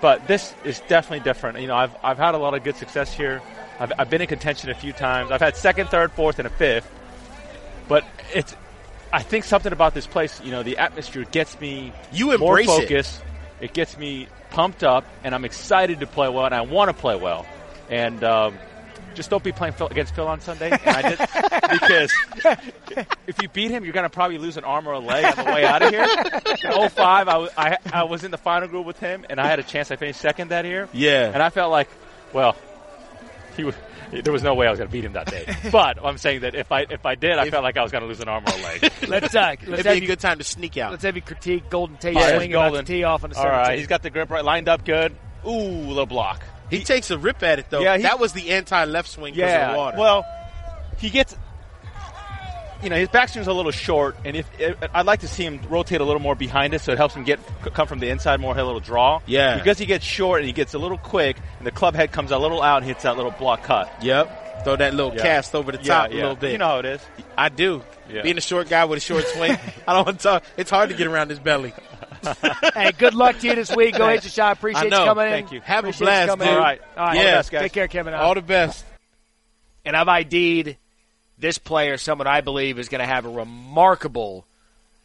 but this is definitely different. You know, I've I've had a lot of good success here. I've, I've been in contention a few times. I've had second, third, fourth, and a fifth, but it's. I think something about this place, you know, the atmosphere gets me
You embrace
more
it.
focused. It. gets me pumped up, and I'm excited to play well, and I want to play well. And um, just don't be playing Phil, against Phil on Sunday, and I did, because if you beat him, you're going to probably lose an arm or a leg on the way out of here. In 05, I, wa- I, I was in the final group with him, and I had a chance. I finished second that year.
Yeah.
And I felt like, well, he was, there was no way I was going to beat him that day. But I'm saying that if I if I did, I felt like I was going to lose an arm or a leg.
Let's uh, let's
It'd be
have
a
you
good time to sneak out.
let's have you critique Golden Tate
Yeah,
swing
it's
about
golden.
to tee off on the
All right,
17th.
he's got the grip right lined up good. Ooh, little block.
He takes a rip at it though.
Yeah, he-
that was the anti-left swing because of water.
Well, he gets. You know his backswing's a little short, and if I'd like to see him rotate a little more behind it, so it helps him get come from the inside more, hit a little draw.
Yeah.
because he gets short and he gets a little quick, and the club head comes a little out and hits that little block cut.
yep. Throw that little
Yeah.
cast over the top a little bit.
You know how it is.
I do.
Yeah.
Being a short guy with a short swing, I don't want to talk. It's hard to get around his belly.
hey, good luck to you this week. Go hit your shot. Appreciate
know.
you coming
Thank
in.
you.
Have a
Appreciate
blast,
you coming
dude.
in.
All right.
All right.
Yeah.
All the best,
guys.
Take care, Kevin.
All the best.
and I've ID'd this player, someone I believe is going to have a remarkable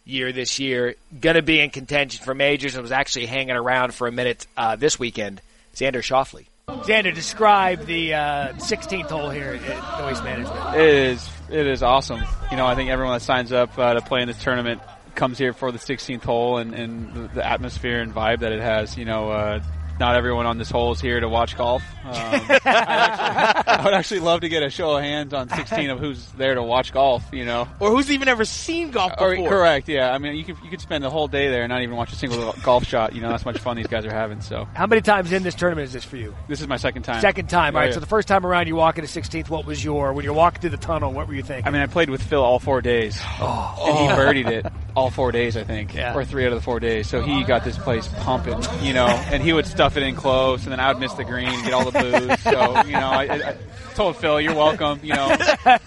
year this year, going to be in contention for majors, and was actually hanging around for a minute uh, this weekend. Xander Shoffley. Xander, describe the uh, 16th hole here at Noise Management.
It is it is awesome. You know, I think everyone that signs up uh, to play in this tournament comes here for the 16th hole and, and the, the atmosphere and vibe that it has. You know, uh, not everyone on this hole is here to watch golf. Um, I'd actually- I would actually love to get a show of hands on 16 of who's there to watch golf. You know,
Or who's even ever seen golf
or,
before?
correct? Yeah, I mean, you could you could spend the whole day there and not even watch a single golf shot. You know, that's how much fun these guys are having. So
How many times in this tournament is this for you?
this is my second time.
Second time. All right.
Yeah.
So the first time around, you walk into 16th. What was your when you're walking through the tunnel? What were you thinking?
I mean, I played with Phil all four days,
Oh.
and he birdied it all four days, I think, or three out of the four days. So he got this place pumping, you know. And he would stuff it in close, and then I would miss the green, get all the booze. So you know, I, I told Phil, "You're welcome," you know.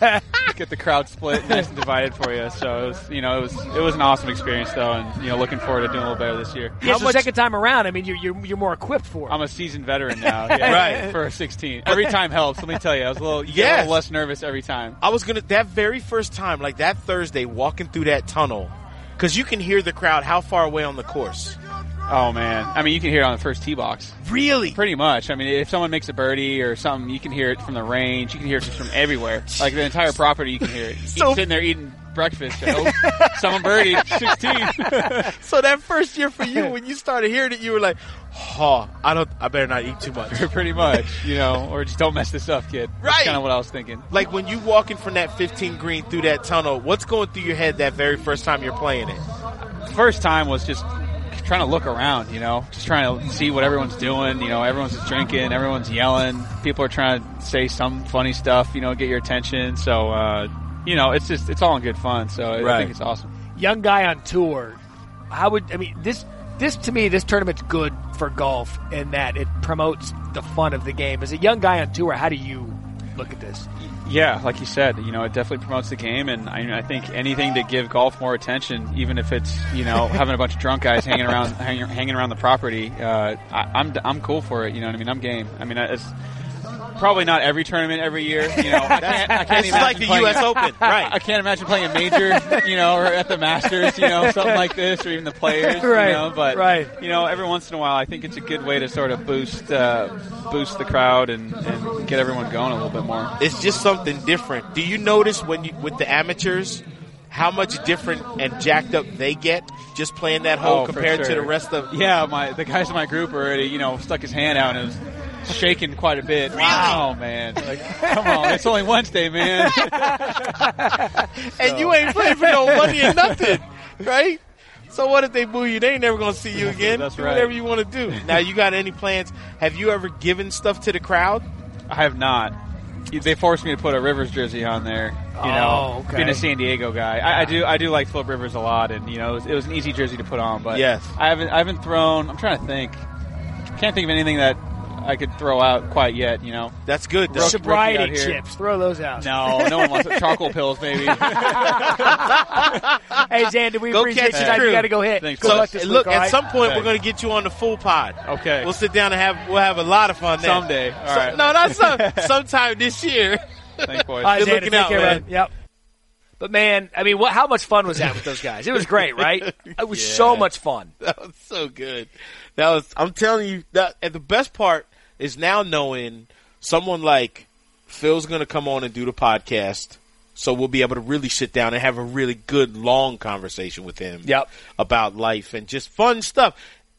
Get the crowd split, nice and divided for you. So it was, you know, it was it was an awesome experience though, and you know, looking forward to doing a little better this year.
yeah, so second time around. I mean, you're you're, you're more equipped for it.
I'm a seasoned veteran now, yeah,
Right.
For a 16, every time helps. Let me tell you, I was a little, you get a
Yes.
little less nervous every time.
I was gonna that very first time, like that Thursday, walking through that tunnel, because you can hear the crowd how far away on the course.
Oh man, I mean, you can hear it on the first tee box.
Really?
Pretty much. I mean, if someone makes a birdie or something, you can hear it from the range. You can hear it just from everywhere. Like the entire property, you can hear it.
So-
You're sitting there eating breakfast. and, oh, someone birdied 16.
So that first year for you, when you started hearing it, you were like, "Oh, I don't, I better not eat too much."
Pretty much, you know, or just don't mess this up, kid.
Right.
That's kind of what I was thinking.
Like when you walking from that 15 green through that tunnel, what's going through your head that very first time you're playing it?
first time was just trying to look around, you know, just trying to see what everyone's doing. You know, everyone's just drinking, everyone's yelling, people are trying to say some funny stuff, you know, get your attention. So, uh, you know, it's just it's all in good fun. So I
Right.
think it's awesome.
young guy on tour, how would I mean this? This to me, this tournament's good for golf in that it promotes the fun of the game. As a young guy on tour, how do you look at this?
Yeah, like you said, you know, it definitely promotes the game, and I, I think anything to give golf more attention, even if it's you know having a bunch of drunk guys hanging around hang, hanging around the property, uh, I, I'm I'm cool for it. You know what I mean? I'm game. I mean, it's probably not every tournament every year. You know, I can't. I can't
This is
imagine
like the
playing
US
a-
Open, right.
I can't imagine playing a major, you know, or at the Masters, you know, something like this, or even the players,
Right,
You know, but
right.
you know, every once in a while, I think it's a good way to sort of boost uh, boost the crowd and, and get everyone going a little bit more.
It's just something different. Do you notice when you with the amateurs how much different and jacked up they get just playing that hole
Oh, for
compared to
sure.
the rest of
Yeah, my the guys in my group already, you know, stuck his hand out and was shaking quite a bit. Wow, man! Like, come on, it's only Wednesday, man.
and you ain't playing for no money or nothing, right? So what if they boo you? They ain't never gonna see you again.
That's
do
right.
whatever you want to do. Now you got any plans? Have you ever given stuff to the crowd?
I have not. They forced me to put a Rivers jersey on there. You know,
Oh, okay.
being a San Diego guy, I, I do I do like Philip Rivers a lot, and you know, it was, it was an easy jersey to put on. But
Yes.
I haven't I haven't thrown. I'm trying to think. Can't think of anything that I could throw out quite yet. You know,
that's good.
Rook,
Sobriety
rookie out here.
chips, throw those out.
No, no one wants it. charcoal pills, baby.
hey, Xander, we
Go catch
appreciate you.
your
tonight.
crew.
You got to go hit.
Thanks,
Good
guys.
luck this
Look,
week, all
at
right?
some point
Okay.
we're gonna get you on the full pod.
Okay.
we'll sit down and have we'll have a lot of fun then.
Someday. All
So-
right.
No, not some. sometime this year.
Thanks, boys.
All right,
Good
Xander,
looking
take
out,
care,
man.
bud. Yep. But man, I mean, what? How much fun was that with those guys? It was great, right? It was so
Yeah.
much fun.
That was so good. That was. I'm telling you that. And the best part is now knowing someone like Phil's going to come on and do the podcast, so we'll be able to really sit down and have a really good long conversation with him. Yep. About life and just fun stuff.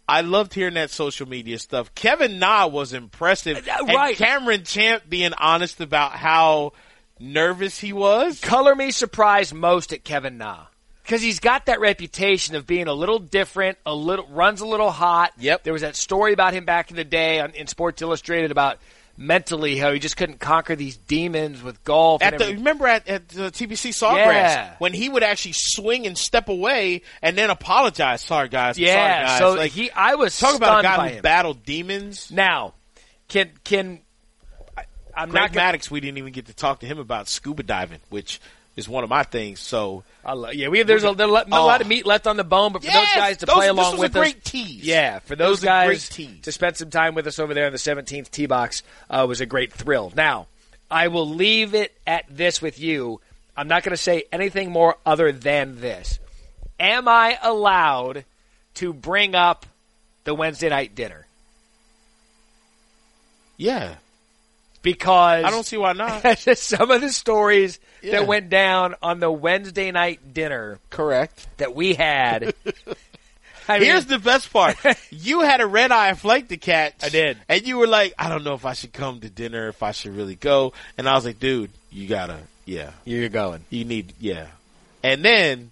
I loved hearing that social media stuff. Kevin Na was impressive.
Uh,
And
right.
Cameron Champ being honest about how nervous he was.
Color me surprised most at Kevin Na because he's got that reputation of being a little different, a little runs a little hot. Yep. There was that story about him back in the day on, in Sports Illustrated about mentally how he just couldn't conquer these demons with golf. and
At the,
everything.
remember at, at the TBC Sawgrass
Yeah.
when he would actually swing and step away and then apologize. Sorry guys. I'm
Yeah,
Sorry, guys.
so he- I was
talk about a
stunned
guy
by
who
him.
battled demons.
Now, can can I, I'm
Greg
not gonna,
Maddox? We didn't even get to talk to him about scuba diving, which is one of my things. So
I love, yeah, we there's a, there's a lot a
Oh.
lot of meat left on the bone, but for
Yes!
those guys to
Those-
play
this
along
was a
with
great
us,
tease.
yeah, for
This
those
was a
guys
great tease.
to spend some time with us over there in the 17th tee box uh, was a great thrill. Now, I will leave it at this with you. I'm not going to say anything more other than this. Am I allowed to bring up the Wednesday night dinner?
yeah,
Because
Oh, I don't see why not.
some of the stories
Yeah.
that went down on the Wednesday night dinner
Correct.
that we had. I mean,
Here's the best part. you had a red eye flight to catch. I did. And you were like, I don't know if I should come to dinner, if I should really go. And I was like, dude, you gotta, yeah.
You're going.
You need, yeah. And then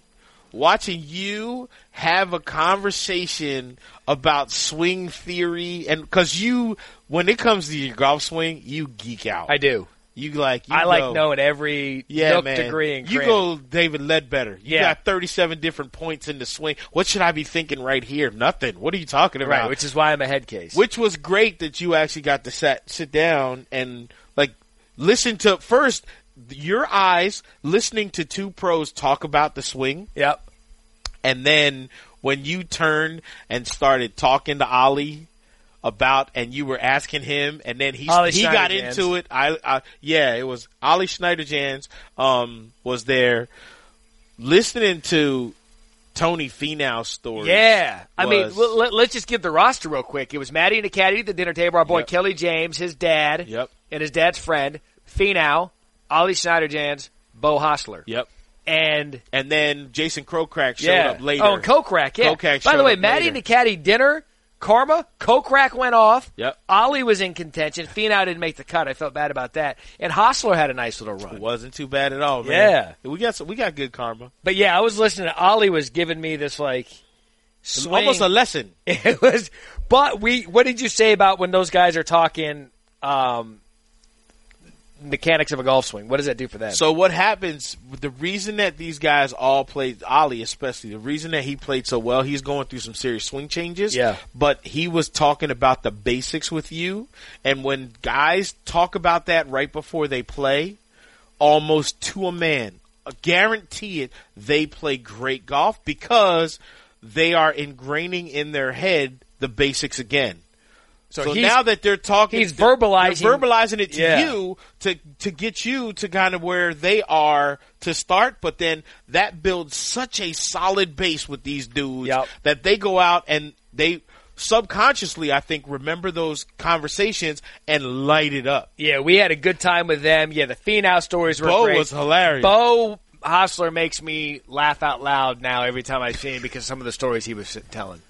watching you have a conversation about swing theory and cause you, when it comes to your golf swing, you geek out.
I do.
You like, you
I
know.
like knowing every
Yeah,
nook,
man.
degree, and
you
cranny.
go David Ledbetter. You
Yeah.
got 37 different points in the swing. What should I be thinking right here? Nothing. What are you talking about?
right, which is why I'm a head case.
Which was great that you actually got to sat, sit down and like listen to first your eyes listening to two pros talk about the swing.
Yep.
And then when you turned and started talking to Ollie about and you were asking him and then he
Ollie
he got
Schneiderjans.
into it. I, I yeah, it was Ollie Schneiderjans um was there listening to Tony Finau's story.
Yeah, I mean,
was-
let, let's just give the roster real quick. It was Maddie and Academy at the dinner table. Our boy
Yep.
Kelly James, his dad,
Yep.
and his dad's friend Finau, Ollie Snyderjans, Bo Hostler.
Yep.
And
and then Jason Crowcrack showed
yeah.
up later.
Oh, and Kokrak, yeah.
Kokrak
By
showed
the way,
up
Maddie
later.
and Caddy dinner, Karma, Kokrak went off.
Yep.
Ollie was in contention. Finau didn't make the cut. I felt bad about that. And Hostler had a nice little run.
wasn't too bad at all. Man.
Yeah.
we got some, we got good karma.
But yeah, I was listening. to Ollie was giving me this like swing.
Almost a lesson.
It was, but we. What did you say about when those guys are talking um, mechanics of a golf swing? What does that do for them?
So what happens? The reason that these guys all played Ollie, especially the reason that he played so well, he's going through some serious swing changes.
Yeah.
But he was talking about the basics with you, and when guys talk about that right before they play, almost to a man, I guarantee it, they play great golf because they are ingraining in their head the basics again. So,
he's-
now that they're talking,
he's
they're-
verbalizing-
they're verbalizing it to
Yeah.
you to to get you to kind of where they are to start, but then that builds such a solid base with these dudes that they go out and they subconsciously, I think, remember those conversations and light it up.
Yeah, we had a good time with them. Yeah, the Finau stories were
Bo
great.
was hilarious.
Bo Hostler makes me laugh out loud now every time I see him because of some of the stories he was telling.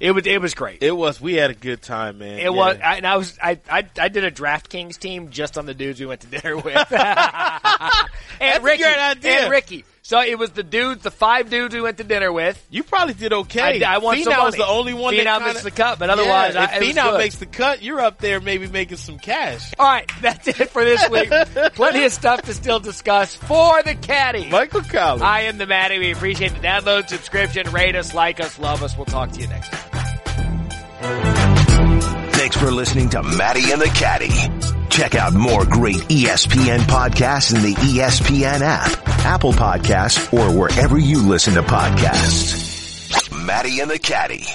It was it was great.
It was. We had a good time, man.
It was, I, and I was, I, I, I did a DraftKings team just on the dudes we went to dinner with, and Ricky,
great idea.
and Ricky. So it was the dudes, the five dudes we went to dinner with.
You probably did okay.
I, I won some
Finau was
money.
the only one
Finau
that kinda,
missed the cut, but otherwise,
yeah,
I,
if
it was
Finau
good.
makes the cut, you're up there maybe making some cash.
All right, that's it for this week. Plenty of stuff to still discuss for the caddy.
Michael Collins.
I am the Matty. We appreciate the download, subscription, rate us, like us, love us. We'll talk to you next time.
Thanks for listening to Maddie and the Caddy. Check out more great E ESPN podcasts in the E ESPN app, Apple Podcasts, or wherever you listen to podcasts. Maddie and the Caddy.